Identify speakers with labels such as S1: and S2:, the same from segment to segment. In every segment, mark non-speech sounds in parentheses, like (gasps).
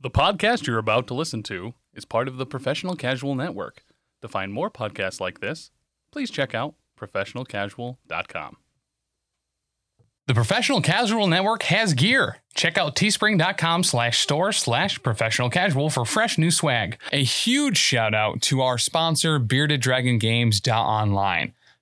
S1: The podcast you're about to listen to is part of the Professional Casual Network. To find more podcasts like this, please check out professionalcasual.com. The Professional Casual Network has gear. Check out teespring.com slash store slash professional casual for fresh new swag. A huge shout out to our sponsor, Bearded Dragon Games Online.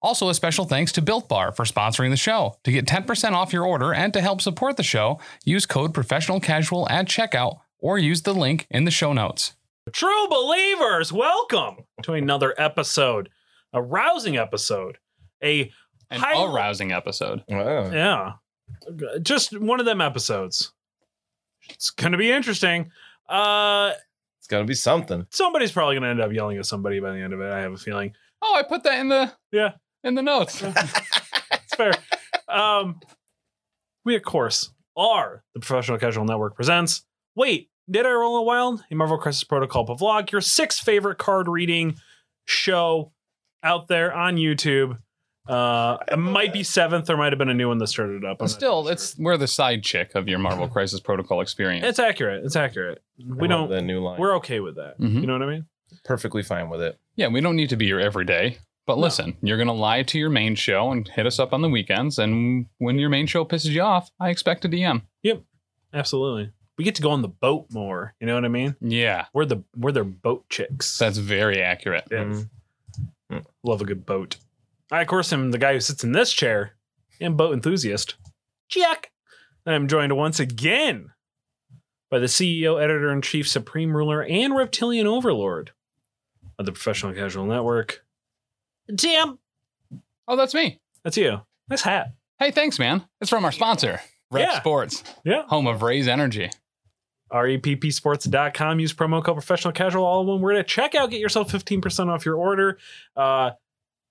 S1: Also, a special thanks to Built Bar for sponsoring the show. To get 10% off your order and to help support the show, use code professional casual at checkout or use the link in the show notes.
S2: True believers, welcome to another episode, a rousing episode, a
S1: An
S2: Hi-
S1: arousing episode.
S3: Wow.
S2: yeah, just one of them episodes. It's gonna be interesting. Uh,
S3: It's got to be something.
S2: somebody's probably gonna end up yelling at somebody by the end of it. I have a feeling.
S1: Oh, I put that in the
S2: Yeah.
S1: in the notes.
S2: It's (laughs) fair. um, we of course are the Professional Casual Network presents. Wait, did I roll a wild? A Marvel Crisis Protocol vlog, your sixth favorite card reading show out there on YouTube. Uh, it might be seventh. There might have been a new one that started up. I'm
S1: But
S2: not
S1: still,
S2: sure.
S1: it's we're the side chick of your Marvel Crisis Protocol experience.
S2: it's accurate. It's accurate. We
S3: I
S2: don't.
S3: love that new line. We're
S2: We're okay with that.
S1: Mhm.
S2: You know what I mean?
S3: perfectly fine with it.
S1: yeah, we don't need to be here every day. But
S2: No.
S1: listen, you're gonna lie to your main show and hit us up on the weekends. And when your main show pisses you off, I expect a DM.
S2: Absolutely. We get to go on the boat more. You know what I mean?
S1: Yeah,
S2: We're the we're their boat chicks.
S1: that's very accurate.
S2: Yes.
S3: Mhm. Mm.
S2: Love a good boat. I, of course, am the guy who sits in this chair and boat enthusiast. Jack. And I'm joined once again by the CEO, editor in chief, supreme ruler, and reptilian overlord of the Professional Casual Network. Damn.
S1: Oh, that's me.
S2: That's you. Nice hat.
S1: Hey, thanks, man. It's from our sponsor, Rep
S2: Yeah.
S1: Sports,
S2: Yeah.
S1: home of Raise Energy.
S2: E reppsports.com. Use promo code professional casual all in one word at checkout. Get yourself 15% off your order. Uh,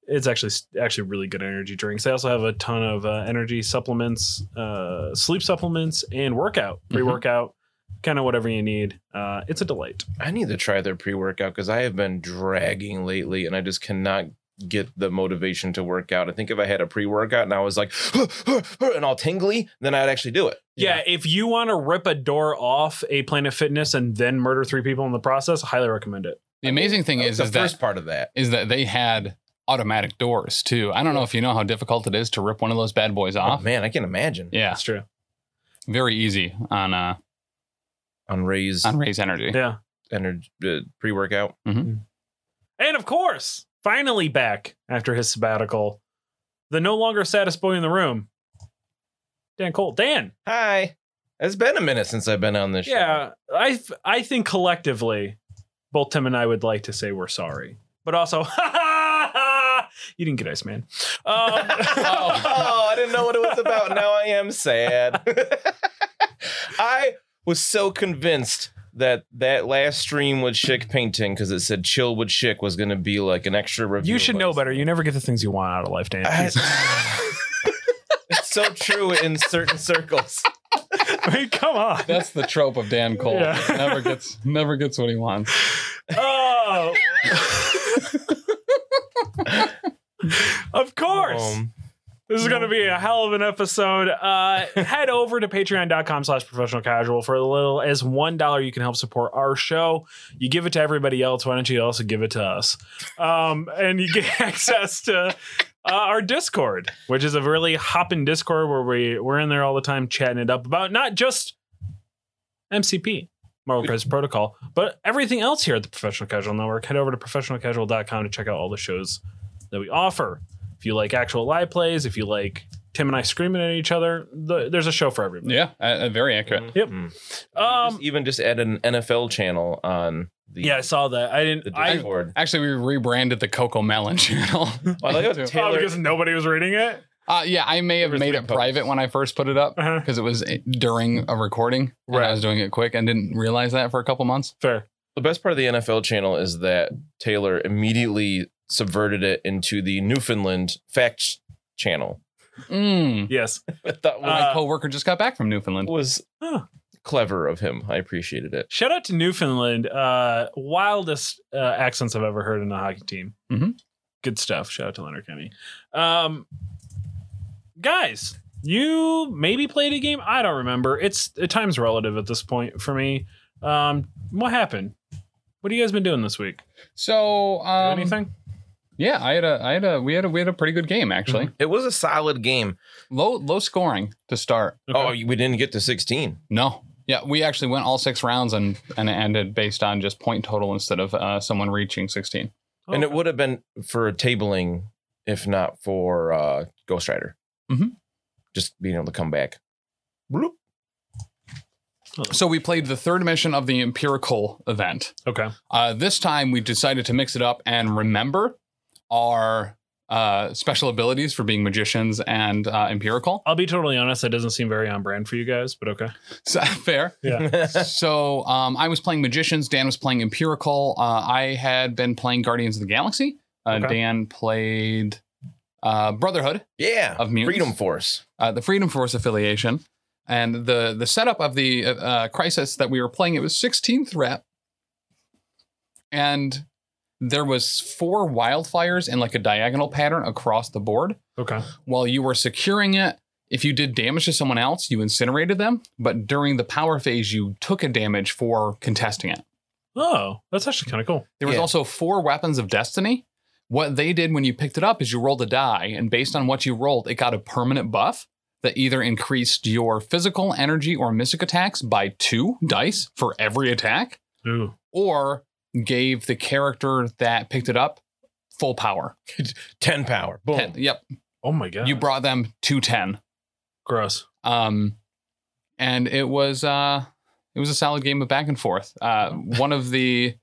S2: it's actually actually really good energy drinks. They also have a ton of uh, energy supplements, uh, sleep supplements, and workout pre workout, kind of whatever you need. Uh, it's a delight.
S3: I need to try their pre workout because I have been dragging lately and I just cannot get the motivation to work out. I think if I had a pre workout and I was like, (gasps) and all tingly, then I'd actually do it.
S2: Yeah. if you want to rip a door off a Planet Fitness and then murder three people in the process, highly recommend it.
S1: The amazing thing
S3: That was
S1: is,
S3: the
S1: is that
S3: first part of that.
S1: is that they had automatic doors too. I don't know if you know how difficult it is to rip one of those bad boys
S3: Oh,
S1: off.
S3: man, I can imagine.
S1: yeah,
S2: That's true.
S1: very easy on uh
S3: On Ray's
S1: on Raise Energy.
S2: Yeah.
S3: energy uh, pre workout.
S2: And of course, finally back after his sabbatical, the no longer saddest boy in the room, Dan Cole. Dan,
S3: Hi. It's been a minute since I've been on this show.
S2: yeah, I I think collectively, both Tim and I would like to say we're sorry, but also, (laughs) you didn't get Ice Man. Um,
S3: (laughs) oh, I didn't know what it was about. Now I am sad. (laughs) I was so convinced that that last stream with Schick painting because it said chill with Schick was going to be like an extra review.
S2: you should
S3: of
S2: know
S3: us.
S2: better. You never get the things you want out of life, Dan.
S3: I- (laughs)
S2: Jesus.
S3: it's so true in certain circles.
S2: (laughs) I mean,
S1: (laughs)
S2: come on.
S1: That's the trope of Dan Cole.
S2: Yeah.
S1: never gets never gets what he wants.
S2: Oh, (laughs) of course.
S3: Um,
S2: This is going to be a hell of an episode. Uh, head over to patreon.com slash professional casual for a little as $1 you can help support our show. You give it to everybody else. Why don't you also give it to us? Um, and you get (laughs) access to uh, our Discord, which is a really hopping Discord where we, we're in there all the time chatting it up about not just MCP. Marvel Crisis Protocol, but everything else here at the Professional Casual Network. Head over to professionalcasual.com to check out all the shows that we offer if you like actual live plays, if you like Tim and I screaming at each other, the, there's a show for everybody.
S1: Yeah, uh, uh, very accurate.
S2: Yep.
S3: Mm.
S2: Um,
S3: Just- even just add an NFL channel on the
S2: yeah, I saw that. I
S3: the
S2: didn't. I
S3: Discord.
S1: Actually, we rebranded the Coco Melon (laughs) channel.
S3: (laughs) Well, I like how
S2: oh,
S3: Taylor-
S2: because nobody was reading it.
S1: (laughs) Uh, yeah, I may have
S3: There was
S1: made
S3: three
S1: it
S3: posts.
S1: private when I first put it
S3: (laughs)
S1: up
S2: Uh-huh.
S1: because it was during a recording. and
S2: Right.
S1: I was doing it quick and didn't realize that for a couple months.
S2: Fair.
S3: The best part of the NFL channel is that Taylor immediately subverted it into the Newfoundland fact channel.
S1: Mm.
S2: Yes.
S3: I thought was,
S1: My
S2: Uh,
S1: coworker just got back from Newfoundland.
S3: was
S2: Huh.
S3: clever of him. I appreciated it.
S2: Shout out to Newfoundland. Uh, wildest uh, accents I've ever heard in a hockey team.
S1: Mhm.
S2: Good stuff. Shout out to Leonard Kenny. Um, guys, you maybe played a game. I don't remember. It's uh, time's relative at this point for me. Um, what happened? What have you guys been doing this week?
S1: So um,
S2: Anything?
S1: Yeah, I had a, I had a, we had a, we had a pretty good game actually.
S3: It was a solid game.
S2: Mm-hmm.
S1: Low, low scoring to start.
S3: Oh, we didn't get to 16.
S1: No. Yeah, we actually went all six rounds and and it ended based on just point total instead of uh, someone reaching sixteen.
S3: And it would have been for tabling if not for uh, Ghost Rider.
S1: Mhm.
S3: Just being able to come back. Bloop.
S1: So we played the third mission of the empirical event.
S2: okay.
S1: Uh, this time we decided to mix it up and remember our uh, special abilities for being magicians and uh, empirical. (laughs)
S2: I'll be totally honest. That doesn't seem very on brand for you guys, but okay.
S1: So, fair. so um, I was playing magicians. Dan was playing empirical. Uh, I had been playing Guardians of the Galaxy. Uh,
S2: Okay.
S1: Dan played uh, Brotherhood
S3: yeah.
S1: of Mutants.
S3: Freedom Force.
S1: uh, the Freedom Force affiliation, and the the setup of the uh, uh, crisis that we were playing. It was 16th rep, and there was four wildfires in like a diagonal pattern across the board.
S2: Okay.
S1: While you were securing it, if you did damage to someone else, you incinerated them. But during the power phase, you took a damage for contesting it.
S2: Oh, that's actually kind of cool.
S1: There was
S3: Yeah.
S1: also four weapons of destiny. What they did when you picked it up is you rolled a die, and based on what you rolled, it got a permanent buff that either increased your physical, energy, or mystic attacks by two dice for every attack,
S2: Ooh.
S1: or gave the character that picked it up full power.
S3: 10 power. Boom.
S1: 10. Yep.
S2: Oh my god.
S1: You brought them to 10.
S2: gross.
S1: Um, and it was uh, it was a solid game of back and forth. Uh, one of the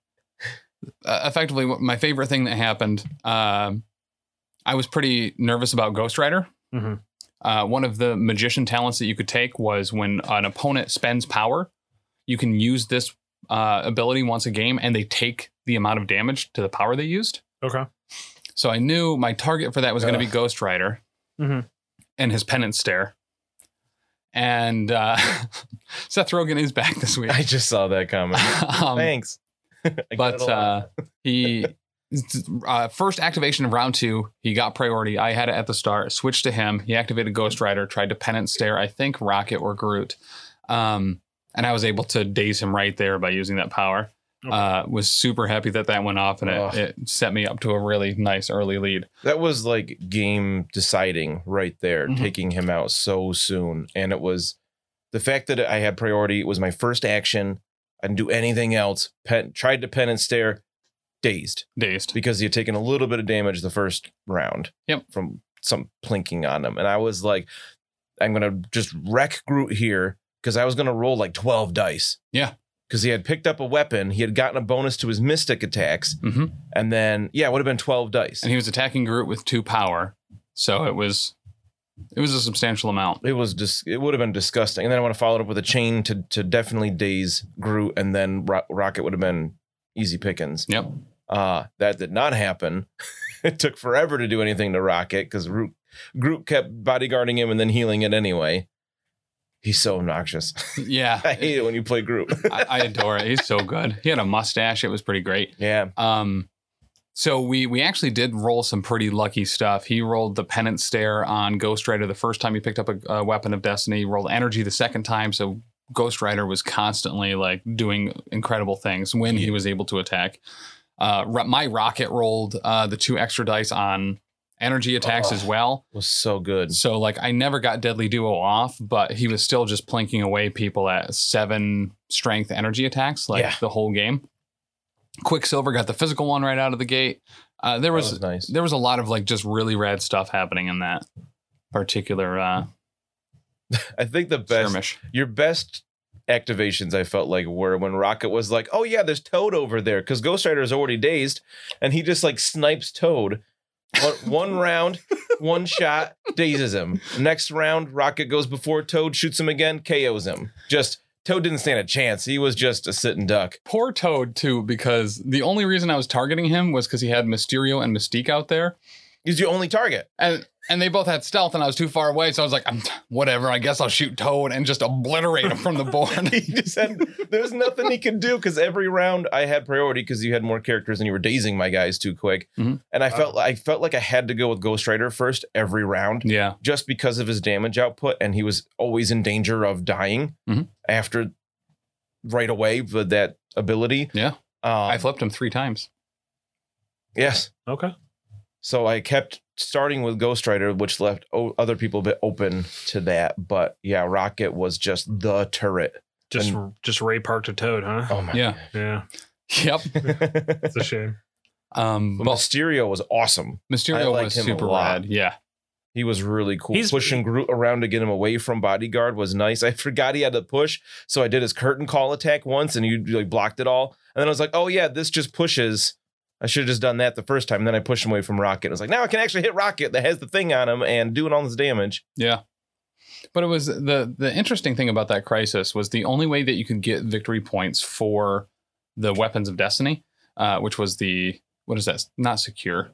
S1: uh, effectively what- my favorite thing that happened. Um, I was pretty nervous about Ghost Rider.
S2: Mhm.
S1: Uh, one of the magician talents that you could take was when an opponent spends power, you can use this uh, ability once a game, and they take the amount of damage to the power they used.
S2: Okay.
S1: So I knew my target for that was going to be
S3: Ugh. Mm-hmm.
S1: Ghost Rider
S2: Mhm.
S1: and his penance stare. And uh, (laughs) Seth Rogen is back this
S3: (laughs)
S1: week. (laughs)
S3: I just saw that comment.
S1: um,
S3: Thanks. (laughs) I got
S1: but
S3: it all.
S1: uh, he uh, first activation of round two, he got priority. I had it at the start. Switched to him. He activated Ghost Rider. Tried to penance stare. I think Rocket or Groot. Um, and I was able to daze him right there by using that power.
S2: Okay.
S1: Uh, was super happy that that went off and
S3: Ugh.
S1: it, it set me up to a really nice early lead.
S3: That was like game deciding right there,
S1: Mhm.
S3: taking him out so soon. And it was the fact that I had priority was my first action. I didn't do anything else. Pen, tried to pen and stare, dazed
S1: Dazed.
S3: because he had taken a little bit of damage the first round
S1: Yep.
S3: from some plinking on him. And I was like, I'm going to just wreck Groot here because I was going to roll like 12 dice.
S1: Yeah.
S3: Because he had picked up a weapon, he had gotten a bonus to his mystic attacks.
S1: Mm-hmm.
S3: And then, yeah, it would have been 12 dice.
S1: and he was attacking Groot with two power, so it was it was a substantial amount.
S3: it was just it would have been disgusting. And then I would have followed up with a chain to to definitely daze Groot, and then Ro- Rocket would have been easy pickings.
S1: Yep.
S3: Uh, that did not happen. (laughs) it took forever to do anything to Rocket because Groot, Groot kept bodyguarding him and then healing it anyway. He's so obnoxious. (laughs)
S1: Yeah,
S3: I hate it when you play Groot.
S1: I, I adore it. He's so good. He had a mustache; it was pretty great.
S3: yeah,
S1: Um, so we we actually did roll some pretty lucky stuff. He rolled the penance stare on Ghost Rider the first time he picked up a, a weapon of destiny. He rolled energy the second time, so Ghost Rider was constantly like doing incredible things when he was able to attack. Uh, ro- my rocket rolled uh, the two extra dice on energy attacks as
S3: Ugh.
S1: well.
S3: was so good.
S1: So like I never got Deadly Duo off, but he was still just plinking away people at seven strength energy attacks like
S3: Yeah.
S1: the whole game. Quicksilver got the physical one right out of the gate. Uh, there
S3: That
S1: was,
S3: was nice.
S1: there was a lot of like just really rad stuff happening in that particular uh,
S3: I think the best
S1: skirmish.
S3: your best activations I felt like were when Rocket was like, "Oh yeah, there's Toad over there," because Ghost Rider is already dazed, and he just like snipes Toad. One, one round, one shot, dazes him. Next round, Rocket goes before Toad, shoots him again, KOs him. Just Toad didn't stand a chance. He was just a sitting duck.
S1: Poor Toad too, because the only reason I was targeting him was because he had Mysterio and Mystique out there,
S3: He's your only target. (laughs)
S1: and and they both had stealth, and I was too far away, so I was like, I'm whatever. I guess I'll shoot Toad and just obliterate him from the board.
S3: (laughs) He just had there's nothing he could do because every round I had priority because you had more characters and you were dazing my guys too quick.
S1: Mhm.
S3: And I felt like I felt like I had to go with Ghost Rider first every round.
S1: yeah,
S3: just because of his damage output, and he was always in danger of dying
S1: Mhm.
S3: after right away with that ability.
S1: Yeah.
S3: Um,
S1: I flipped him three times.
S3: yes.
S2: Okay.
S3: So I kept starting with Ghost Rider, which left o- other people a bit open to that. But yeah, Rocket was just the turret.
S2: Just just Ray parked a toad, huh?
S3: Oh my.
S1: Yeah.
S3: (laughs)
S2: Yeah.
S1: Yep.
S3: But
S2: It's
S3: (laughs)
S2: a shame.
S1: Um, but
S3: Mysterio was awesome. I
S1: Mysterio
S3: liked
S1: was
S3: him a
S1: super
S3: lot.
S1: rad. Yeah.
S3: He was really cool.
S2: He's-
S3: Pushing Groot around to get him away from Bodyguard was nice. I (laughs) forgot he had to push, so I did his curtain call attack once, and you like blocked it all. And then I was like, "Oh yeah, this just pushes." I should have just done that the first time. And then I pushed him away from Rocket. I was like, "Now I can actually hit Rocket that has the thing on him and doing all this damage."
S1: Yeah. But it was the the interesting thing about that crisis was the only way that you could get victory points for the weapons of destiny, uh, which was the what is that? Not secure.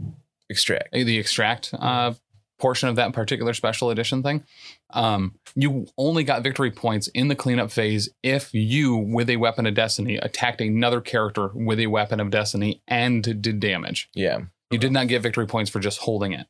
S3: Extract.
S1: eh, The extract uh, portion of that particular special edition thing. Um, you only got victory points in the cleanup phase if you, with a weapon of destiny, attacked another character with a weapon of destiny and did damage.
S3: Yeah,
S1: You did not get victory points for just holding it.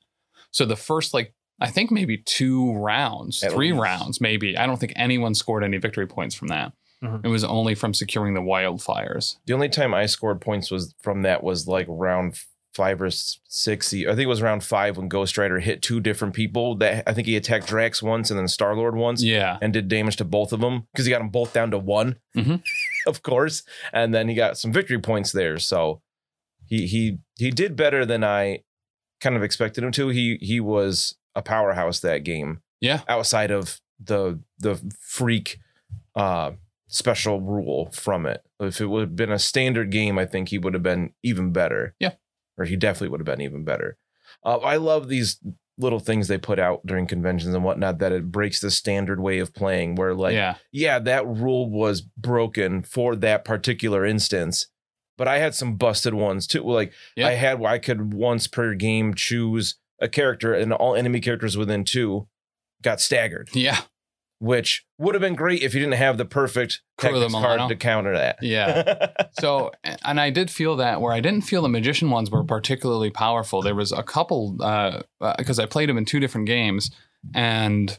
S1: So the first like I think maybe two rounds,
S3: At
S1: three
S3: least.
S1: rounds, maybe. I don't think anyone scored any victory points from that.
S2: Mhm.
S3: Mm-hmm.
S1: It was only from securing the wildfires.
S3: the only time I scored points was from that was like round five or s- six. I think it was round five when Ghost Rider hit two different people. That I think he attacked Drax once and then Star Lord once.
S1: Yeah.
S3: and did damage to both of them because he got them both down to one,
S1: Mhm.
S3: (laughs) of course. And then he got some victory points there, so he he he did better than I kind of expected him to. He he was a powerhouse that game.
S1: Yeah.
S3: outside of the the freak uh, special rule from it. If it would have been a standard game, I think he would have been even better.
S1: Yeah.
S3: or he definitely would have been even better. Uh, I love these little things they put out during conventions and whatnot that it breaks the standard way of playing where like yeah,
S1: yeah.
S3: that rule was broken for that particular instance but i had some busted ones too like
S1: Yeah.
S3: i had where i could once per game choose a character and all enemy characters within two got staggered
S1: Yeah.
S3: which would have been great if you didn't have the perfect
S1: Crew of the
S3: Tactics card
S1: Milano.
S3: to counter that
S1: Yeah. So and I did feel that where I didn't feel the magician ones were particularly powerful. There was a couple because uh 'cause I played them in two different games and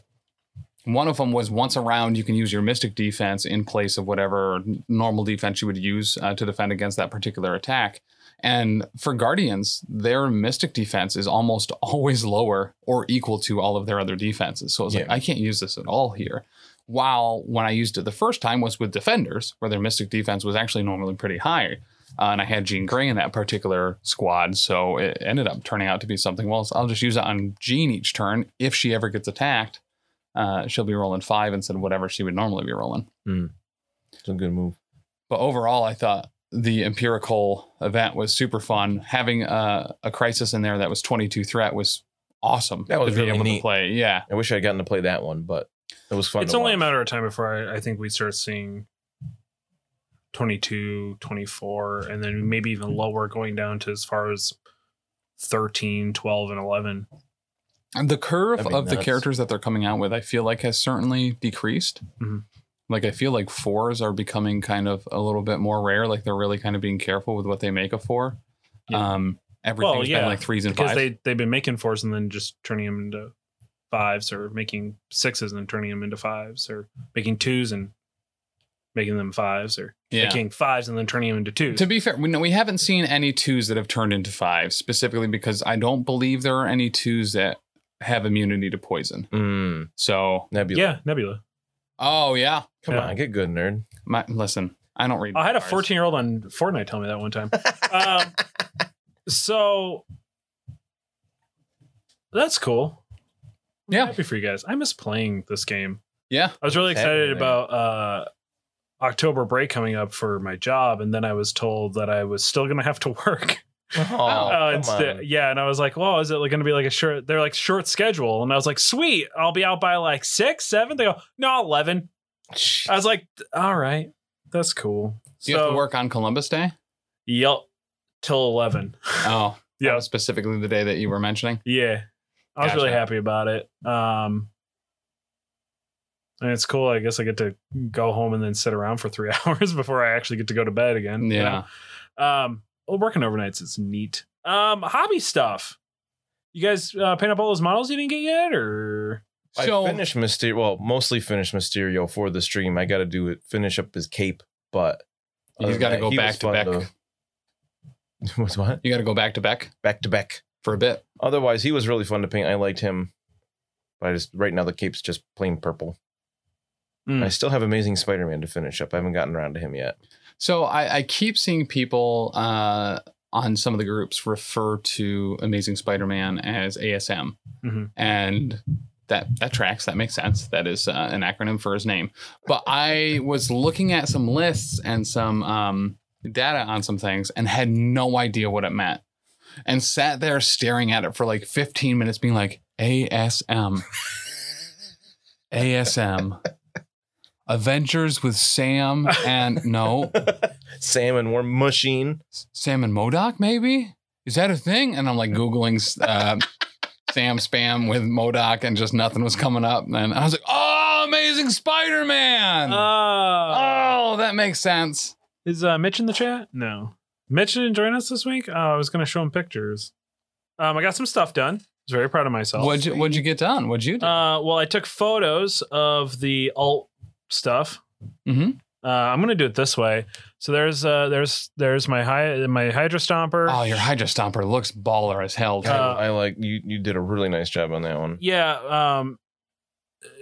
S1: one of them was once around you can use your mystic defense in place of whatever normal defense you would use uh, to defend against that particular attack. And for guardians, their mystic defense is almost (laughs) always lower or equal to all of their other defenses. So I was like,
S3: Yeah.
S1: I can't use this at all here. While when I used it the first time was with defenders, where their mystic defense was actually normally pretty high. Uh, and I had Jean Grey in that particular squad, so it ended up turning out to be something. Well, I'll just use it on Jean each turn. If she ever gets attacked, uh, she'll be rolling five instead of whatever she would normally be rolling.
S3: (laughs) it's a good move
S1: But overall, I thought the empirical event was super fun. Having a, a crisis in there that was 22 threat was awesome
S3: That was
S1: to be
S3: really
S1: able to
S3: neat.
S1: play. Yeah.
S3: i wish i had gotten to play that one but it was fun
S2: it's
S3: to
S2: only a
S3: watch.
S2: matter of time before I, I think we start seeing 22 24 and then maybe even
S3: Hmm.
S2: lower going down to as far as 13 12 and 11
S1: And the curve
S3: That'd be
S1: of the
S3: nuts.
S1: characters that they're coming out with, I feel like has certainly decreased.
S3: Mm-hmm.
S2: Mhm.
S1: Like I feel like fours are becoming kind of a little bit more rare. Like they're really kind of being careful with what they make a four.
S2: Yeah.
S1: Um, everything's
S2: yeah,
S1: been like threes and
S2: because
S1: fives.
S2: they they've been making fours and then just turning them into fives or making sixes and then turning them into fives or making twos and making them fives or
S1: yeah.
S2: making fives and then turning them into twos
S1: To be fair, we, no, we haven't seen any twos that have turned into fives specifically because I don't believe there are any twos that have immunity to poison.
S3: Mm,
S1: So,
S3: nebula
S2: yeah nebula
S1: oh yeah,
S3: come
S2: Yeah.
S3: on get
S2: (laughs)
S3: good nerd
S1: my listen, I don't read.
S2: I had a
S1: bars.
S2: 14 year old on Fortnite tell me that
S1: (laughs)
S2: one time. um, so that's cool. I'm
S1: Yeah.
S2: happy for you guys. I miss playing this game.
S1: Yeah,
S2: I was really
S3: It's
S2: excited
S3: happening.
S2: about uh, October break coming up for my job, and then I was told that I was still going to have to work.
S3: Oh,
S2: Uh,
S3: come
S2: instead-
S3: on.
S2: yeah, and I was like, "Well, is it like going to be like a short?" They're like short schedule, and I was like, "Sweet, I'll be out by like six, seven. They go, "No, 11. I was like, all right, that's cool.
S1: Do you have to work on Columbus Day?
S2: Yep. Till 11.
S1: Oh,
S2: Yeah.
S1: that was specifically the day that you were mentioning.
S2: Yeah. I was really
S1: Gotcha.
S2: happy about it. Um and it's cool. I guess I get to go home and then sit around for three (laughs) hours before I actually get to go to bed again. you
S1: Yeah.
S2: know? Um, well, working overnights is neat. Um, hobby stuff. You guys uh, paint up all those models you didn't get yet, or
S1: So-
S3: I finished Mysterio. Well, mostly finished Mysterio for the stream. I got to do it. Finish up his cape, but
S1: He's
S3: other than
S1: gotta
S3: that,
S1: go
S3: he
S1: back
S3: was
S1: to
S3: fun
S1: Beck. (laughs)
S3: What's what?
S1: You got to go back to Beck
S3: Back to back.
S1: for a bit.
S3: Otherwise, he was really fun to paint. I liked him. But I just right now the cape's just plain purple.
S1: Hmm.
S2: Mm.
S3: I still have Amazing Spider-Man to finish up. I haven't gotten around to him yet.
S1: So I, I keep seeing people uh, on some of the groups refer to Amazing Spider-Man as ASM,
S2: Mhm.
S1: and that that tracks. That makes sense. That is uh, an acronym for his name. But I was looking at some lists and some um, data on some things and had no idea what it meant, and sat there staring at it for like 15 minutes, being like ASM, ASM. Avengers with Sam and no,
S3: Sam and Worm Machine.
S1: Sam and Modoc, maybe? Is that a thing? And I'm like Googling uh, Sam spam with Modoc and just nothing was coming up. And I was like, oh, amazing Spider Man.
S2: uh,
S1: oh, that makes sense.
S2: is uh, Mitch in the chat? No, Mitch didn't join us this week. Uh, I was going to show him pictures. Um, I got some stuff done. I was very proud of myself.
S1: What'd you, what'd you get done? What'd you do?
S2: Uh, well, I took photos of the alt stuff.
S1: mm-hmm.
S2: Uh, I'm gonna do it this way. So there's uh, there's there's my hy- my Hydra Stomper.
S1: Oh, your Hydra Stomper looks baller as hell.
S3: I-
S1: dude.
S2: Uh,
S3: I like you. You did a really nice job on that one.
S2: yeah. Um,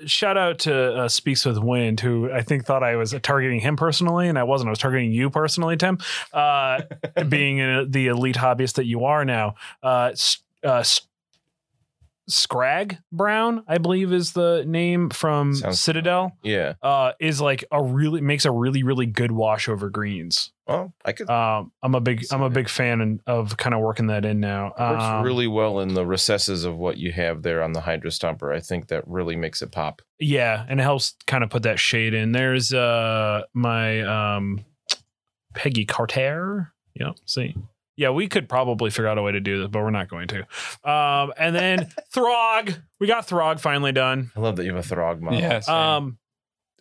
S2: shout out to uh, Speaks with Wind, who I think thought I was targeting him personally, and I wasn't. I was targeting you personally, Tim. Uh, being uh, the elite hobbyist that you are now. Uh, S- uh, S- Scrag Brown, I believe, is the name from
S3: Sounds-
S2: Citadel.
S3: Yeah.
S2: uh, is like a really makes a really really good wash over greens.
S3: Well, I could.
S1: Uh,
S2: Um, I'm a big I'm a big fan and- of kind of working that in now.
S3: works
S2: Um,
S3: really well in the recesses of what you have there on the Hydra Stomper. I think that really makes it pop.
S2: yeah, and it helps kind of put that shade in. There's uh my um Peggy Carter. Yeah, see. Yeah, we could probably figure out a way to do this, but we're not going to. Um, and then (laughs) Throg, we got Throg finally done.
S3: I love that you have a Throg model.
S1: Yes.
S2: Um,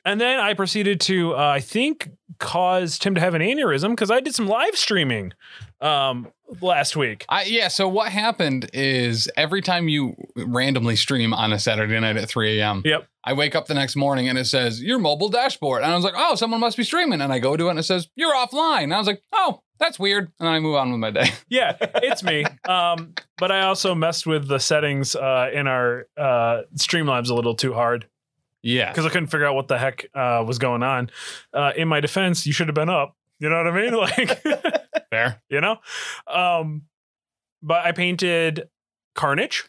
S2: and then I proceeded to, uh, I think, cause Tim to have an aneurysm because I did some live streaming um, last week.
S1: I, yeah, so what happened is every time you randomly stream on a Saturday night at 3 a.m.,
S2: Yep.
S1: I wake up the next morning and it says, Your mobile dashboard. And I was like, Oh, someone must be streaming. And I go to it and it says, You're offline. And I was like, Oh, that's weird. And I move on with my day. (laughs)
S2: Yeah, it's me. Um, but I also messed with the settings uh, in our uh, Streamlabs a little too hard
S1: Yeah.
S2: because I couldn't figure out what the heck uh, was going on. Uh, in my defense, you should have been up. You know what I mean? (laughs) Like,
S1: Fair.
S2: you know? Um, but I painted Carnage.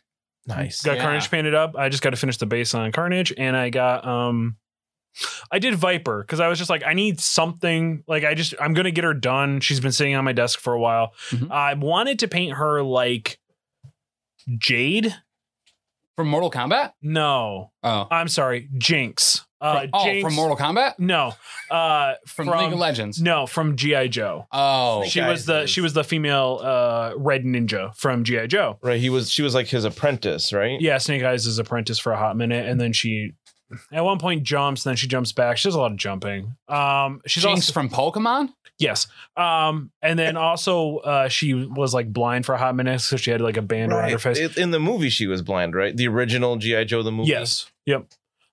S3: Nice.
S2: got
S1: Yeah.
S2: Carnage painted up. I just got to finish the base on Carnage, and I got um, I did Viper because I was just like, I need something. Like I just I'm gonna get her done. She's been sitting on my desk for a while.
S1: Mhm.
S2: I wanted to paint her like Jade.
S1: From Mortal Kombat?
S2: No,
S1: Oh.
S2: I'm sorry, Jinx. Uh,
S1: From- oh,
S2: Jinx.
S1: from Mortal Kombat?
S2: No, uh,
S1: From, League of Legends.
S2: No, from GI Joe.
S1: Oh.
S3: Snake
S2: She was the
S3: Eyes
S2: she
S3: is-
S2: was the female uh, red ninja from GI Joe.
S3: Right. He was. She was like his apprentice, right?
S2: yeah, Snake Eyes is apprentice for a hot minute, and then she at one point jumps, then she jumps back. She does a lot of jumping. Um, she's
S1: Jinx
S2: also
S1: from Pokemon?
S2: yes. Um, and then also uh, she was like blind for a hot minute, so she had like a band around her
S3: Right.
S2: face.
S3: It- In the movie, she was blind, right? The original GI Joe the movie.
S2: Yes. Yep.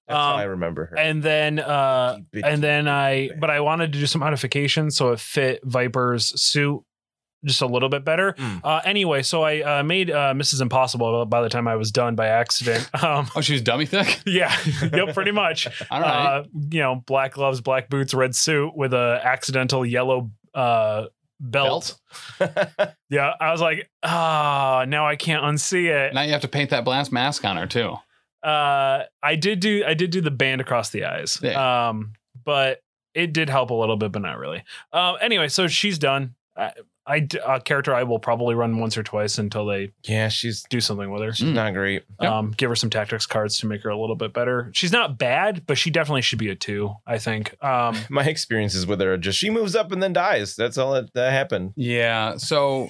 S3: That's how
S2: Um,
S3: I remember her.
S2: And then uh,
S3: Bitch.
S2: and then I but I wanted to do some modifications so it fit Viper's suit just a little bit better.
S3: Mm.
S2: Uh, anyway, so I uh, made uh, Mrs. Impossible by the time I was done by accident. (laughs) Um,
S1: Oh, she was dummy thick? (laughs)
S2: yeah, (laughs) yep, pretty much.
S1: All right.
S2: uh, you know, black gloves, black boots, red suit with a accidental yellow uh, belt.
S1: Belt?
S2: Yeah, I was like, ah, now I can't unsee it.
S1: now you have to paint that blast mask on her, too.
S2: Uh, I did do, I did do the band across the eyes.
S1: Yeah.
S2: Um, but it did help a little bit, but not really. Um, anyway, so she's done. I, I d- a character I will probably run once or twice until they
S3: (laughs) Yeah, she's
S2: do something with her.
S3: she's
S1: Mm.
S3: not great.
S1: Yeah.
S2: Um, give her some tactics cards to make her a little bit better. She's not bad, but she definitely should be a two. I think.
S1: (laughs)
S2: Um,
S3: My experiences with her are just she moves up and then dies. That's all that, that happened.
S1: Yeah. So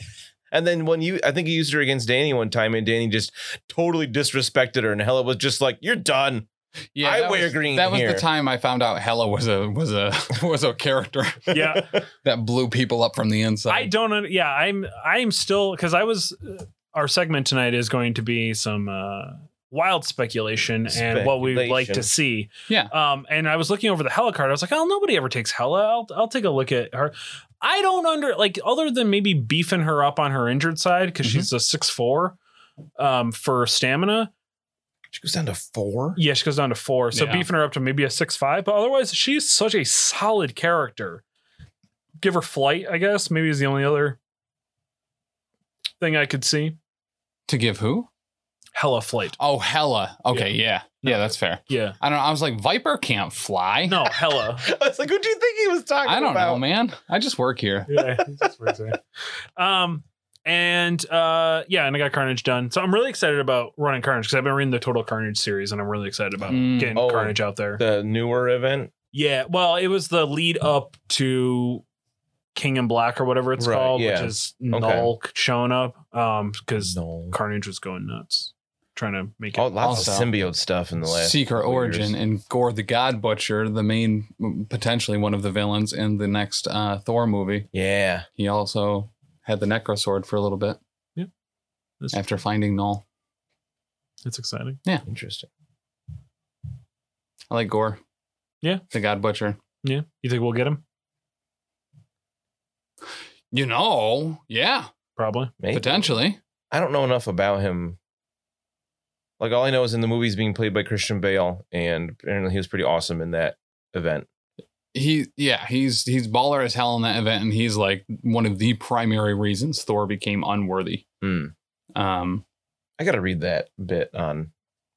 S3: And then when you, I think you used her against Danny one time, and Danny just totally disrespected her, and Hella was just like, "You're done." (laughs)
S1: yeah,
S3: I
S1: that
S3: wear
S1: was,
S3: green
S1: That was
S3: here.
S1: the time I found out Hella was a was a (laughs) was a character (laughs)
S2: yeah,
S1: that blew people up from the inside.
S2: I don't. un- Yeah, I'm. I'm still because I was. uh, Our segment tonight is going to be some uh, wild speculation and what we'd like to
S3: Speculation.
S2: see.
S1: Yeah.
S2: Um. And I was looking over the Hella card. I was like, oh, nobody ever takes Hella. I'll I'll take a look at her. I don't under like other than maybe beefing her up on her injured side because
S1: Mhm.
S2: she's a six four, um, for stamina.
S3: She goes down to four.
S2: Yeah, she goes down to four. So
S1: Yeah.
S2: beefing her up to maybe a six five, but otherwise she's such a solid character. Give her flight, I guess. Maybe is the only other thing I could see.
S1: to give who?
S2: Hella flight.
S1: Oh, Hella. Okay. Yeah. Yeah. that's fair.
S2: Yeah.
S1: I don't. know. I was like, Viper can't fly.
S2: No, Hella.
S3: I was like, "What do you think he was talking about?"
S1: I don't know, man. I just work here.
S2: (laughs) yeah. that's what I'm saying. Um and uh yeah, and I got Carnage done. So I'm really excited about running Carnage because I've been reading the Total Carnage series and I'm really excited about
S1: Mm.
S2: getting
S3: Oh.
S2: Carnage out there.
S3: The newer event.
S2: Yeah, well, it was the lead up to King and Black or whatever it's
S3: Right,
S2: called,
S3: yeah.
S2: which is Null showing up um because
S3: No.
S2: Carnage was going nuts trying to make it.
S3: Oh, lots
S1: Also-
S3: of symbiote stuff in the last.
S1: Secret
S3: couple
S1: Origin
S3: years.
S1: and Gore the God Butcher, the main, potentially one of the villains in the next uh, Thor movie.
S3: Yeah.
S1: He also had the Necro Sword for a little bit
S2: It's,
S1: after finding Null.
S2: it's exciting.
S3: Interesting.
S1: I like Gore.
S2: Yeah.
S1: The God Butcher.
S2: Yeah, you think we'll get him?
S1: You know, yeah,
S2: Probably.
S3: Maybe.
S1: potentially.
S3: I don't know enough about him. Like all I know is in the movies being played by Christian Bale, and apparently he was pretty awesome in that event.
S1: He, yeah, he's he's baller as hell in that event, and he's like one of the primary reasons Thor became unworthy.
S3: Hmm.
S1: Um,
S3: I gotta read that bit on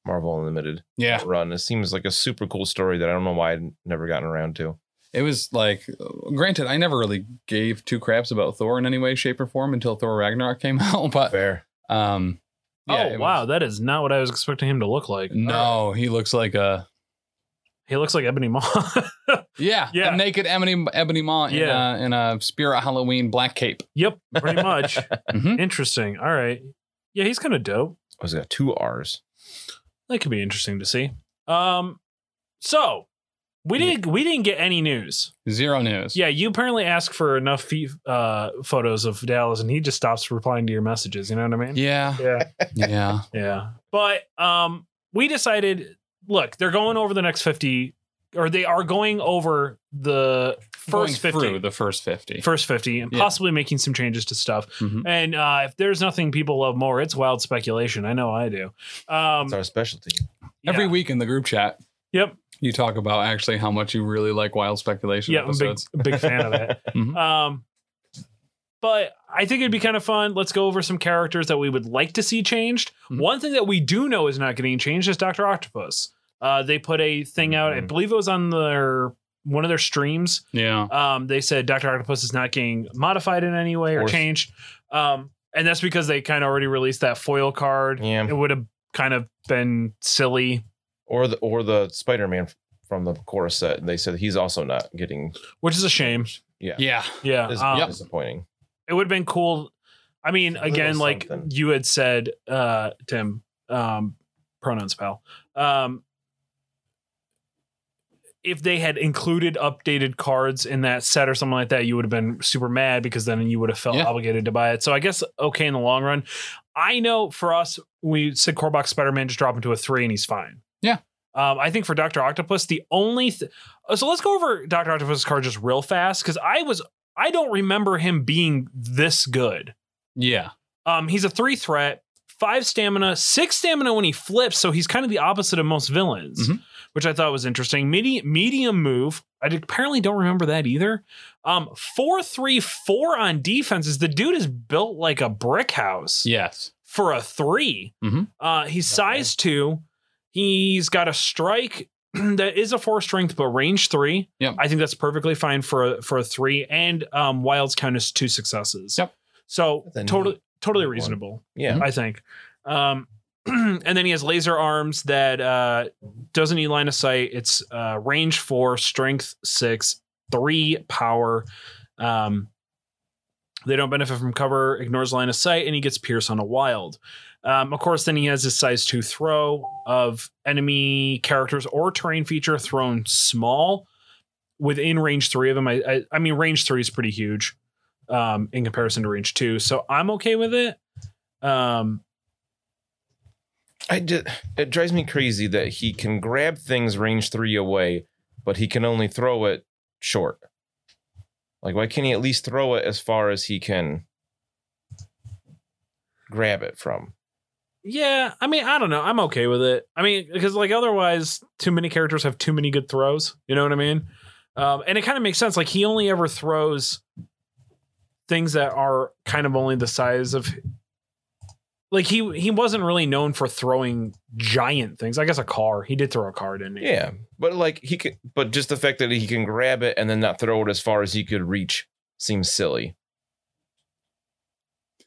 S3: Marvel Unlimited
S1: yeah,
S3: run. It seems like a super cool story that I don't know why I'd never gotten around to.
S1: It was like, granted, I never really gave two craps about Thor in any way, shape, or form until Thor Ragnarok came (laughs) out. But
S3: Uh, Fair.
S1: um, yeah,
S2: oh
S1: it
S2: wow,
S1: was-
S2: that is not what I was expecting him to look like. Uh,
S1: no, he looks like a
S2: he looks like Ebony Maw. (laughs)
S1: yeah,
S2: Yeah.
S1: a naked Ebony Ebony Maw in
S2: Yeah.
S1: a in a spirit Halloween black cape.
S2: yep,
S1: (laughs)
S2: pretty much.
S1: Mhm.
S2: Interesting. All right. Yeah, he's kind of dope.
S3: I was got two R's.
S2: That could be interesting to see. Um, so we didn't we didn't get any news.
S1: Zero news.
S2: Yeah, you apparently asked for enough fe- uh, photos of Dallas, and he just stops replying to your messages. You know what I mean?
S1: yeah,
S2: Yeah,
S1: yeah.
S2: yeah. But um, we decided. Look, they're going over the next fifty, or they are going over the (laughs) first
S1: Going
S2: fifty.
S1: through the first fifty.
S2: First 50 and
S1: Yeah.
S2: possibly making some changes to stuff.
S1: Mhm.
S2: And uh, if there's nothing people love more, it's wild speculation. I know I do. Um,
S3: It's our specialty.
S1: Every
S2: yeah.
S1: week in the group chat.
S2: Yep.
S1: You talk about actually how much you really like wild speculation
S2: Yeah, I'm big,
S1: episodes.
S2: big fan of that.
S1: Mhm.
S2: Um, but I think it'd be kind of fun. Let's go over some characters that we would like to see changed.
S1: Mhm.
S2: One thing that we do know is not getting changed is Doctor Octopus. Uh, they put a thing out. I
S3: Mhm.
S2: believe it was on their one of their streams.
S1: Yeah.
S2: Um, they said Doctor Octopus is not getting modified in any way or,
S3: Or-
S2: changed. Um, and that's because they kind of already released that foil card.
S3: (laughs) Yeah.
S2: It would have kind of been silly.
S3: Or the or the Spider Man from the chorus set. They said he's also not getting.
S2: Which is a shame.
S3: Yeah.
S1: Yeah.
S2: Yeah.
S3: It's
S2: um,
S3: disappointing.
S2: it would have been cool. I mean,
S3: Little
S2: again, like
S3: something.
S2: you had said, uh, Tim, um, pronouns pal. Um, if they had included updated cards in that set or something like that, you would have been super mad because then you would have felt
S1: Yeah.
S2: obligated to buy it. So I guess okay in the long run. I know for us, we said Korbox Spider Man just drop into a three and he's fine.
S1: Yeah.
S2: Um, I think for Doctor Octopus, the only th- uh, so let's go over Doctor Octopus's card just real fast because I was I don't remember him being this good.
S1: Yeah.
S2: Um, he's a three threat, five stamina, six stamina when he flips, so he's kind of the opposite of most villains,
S1: Mhm.
S2: which I thought was interesting. Medi- medium move, I d- apparently don't remember that either. Um, four three four on defenses. The dude is built like a brick house
S1: Yes.
S2: for a 3
S1: Mhm.
S2: Uh, he's
S3: Okay.
S2: size two. He's got a strike (clears throat) that is a four strength, but range three.
S1: Yeah.
S2: I think that's perfectly fine for a, for a three, and um, wilds count as two successes.
S1: Yep.
S2: So
S3: That's a
S2: totally totally
S3: neat one.
S2: reasonable.
S3: Yeah.
S2: I think. Um, (clears throat) and then he has laser arms that uh, doesn't need line of sight. It's uh, range four, strength six, three power. Um, they don't benefit from cover, ignores line of sight, and he gets pierce on a wild. Um, of course, then he has his size two throw of enemy characters or terrain feature thrown small within range three of them. I, I, I mean, range three is pretty huge um, in comparison to range two, so I'm okay with it. Um,
S3: I just, it drives me crazy that he can grab things range three away, but he can only throw it short. Like, why can't he at least throw it as far as he can grab it from?
S2: yeah, I mean, I don't know. I'm okay with it. I mean, because like otherwise, too many characters have too many good throws. You know what I mean? Um, and it kind of makes sense. Like he only ever throws things that are kind of only the size of. Like he he wasn't really known for throwing giant things. I guess a car. He did throw a car, didn't he?
S3: Yeah, but like he could, but just the fact that he can grab it and then not throw it as far as he could reach seems silly.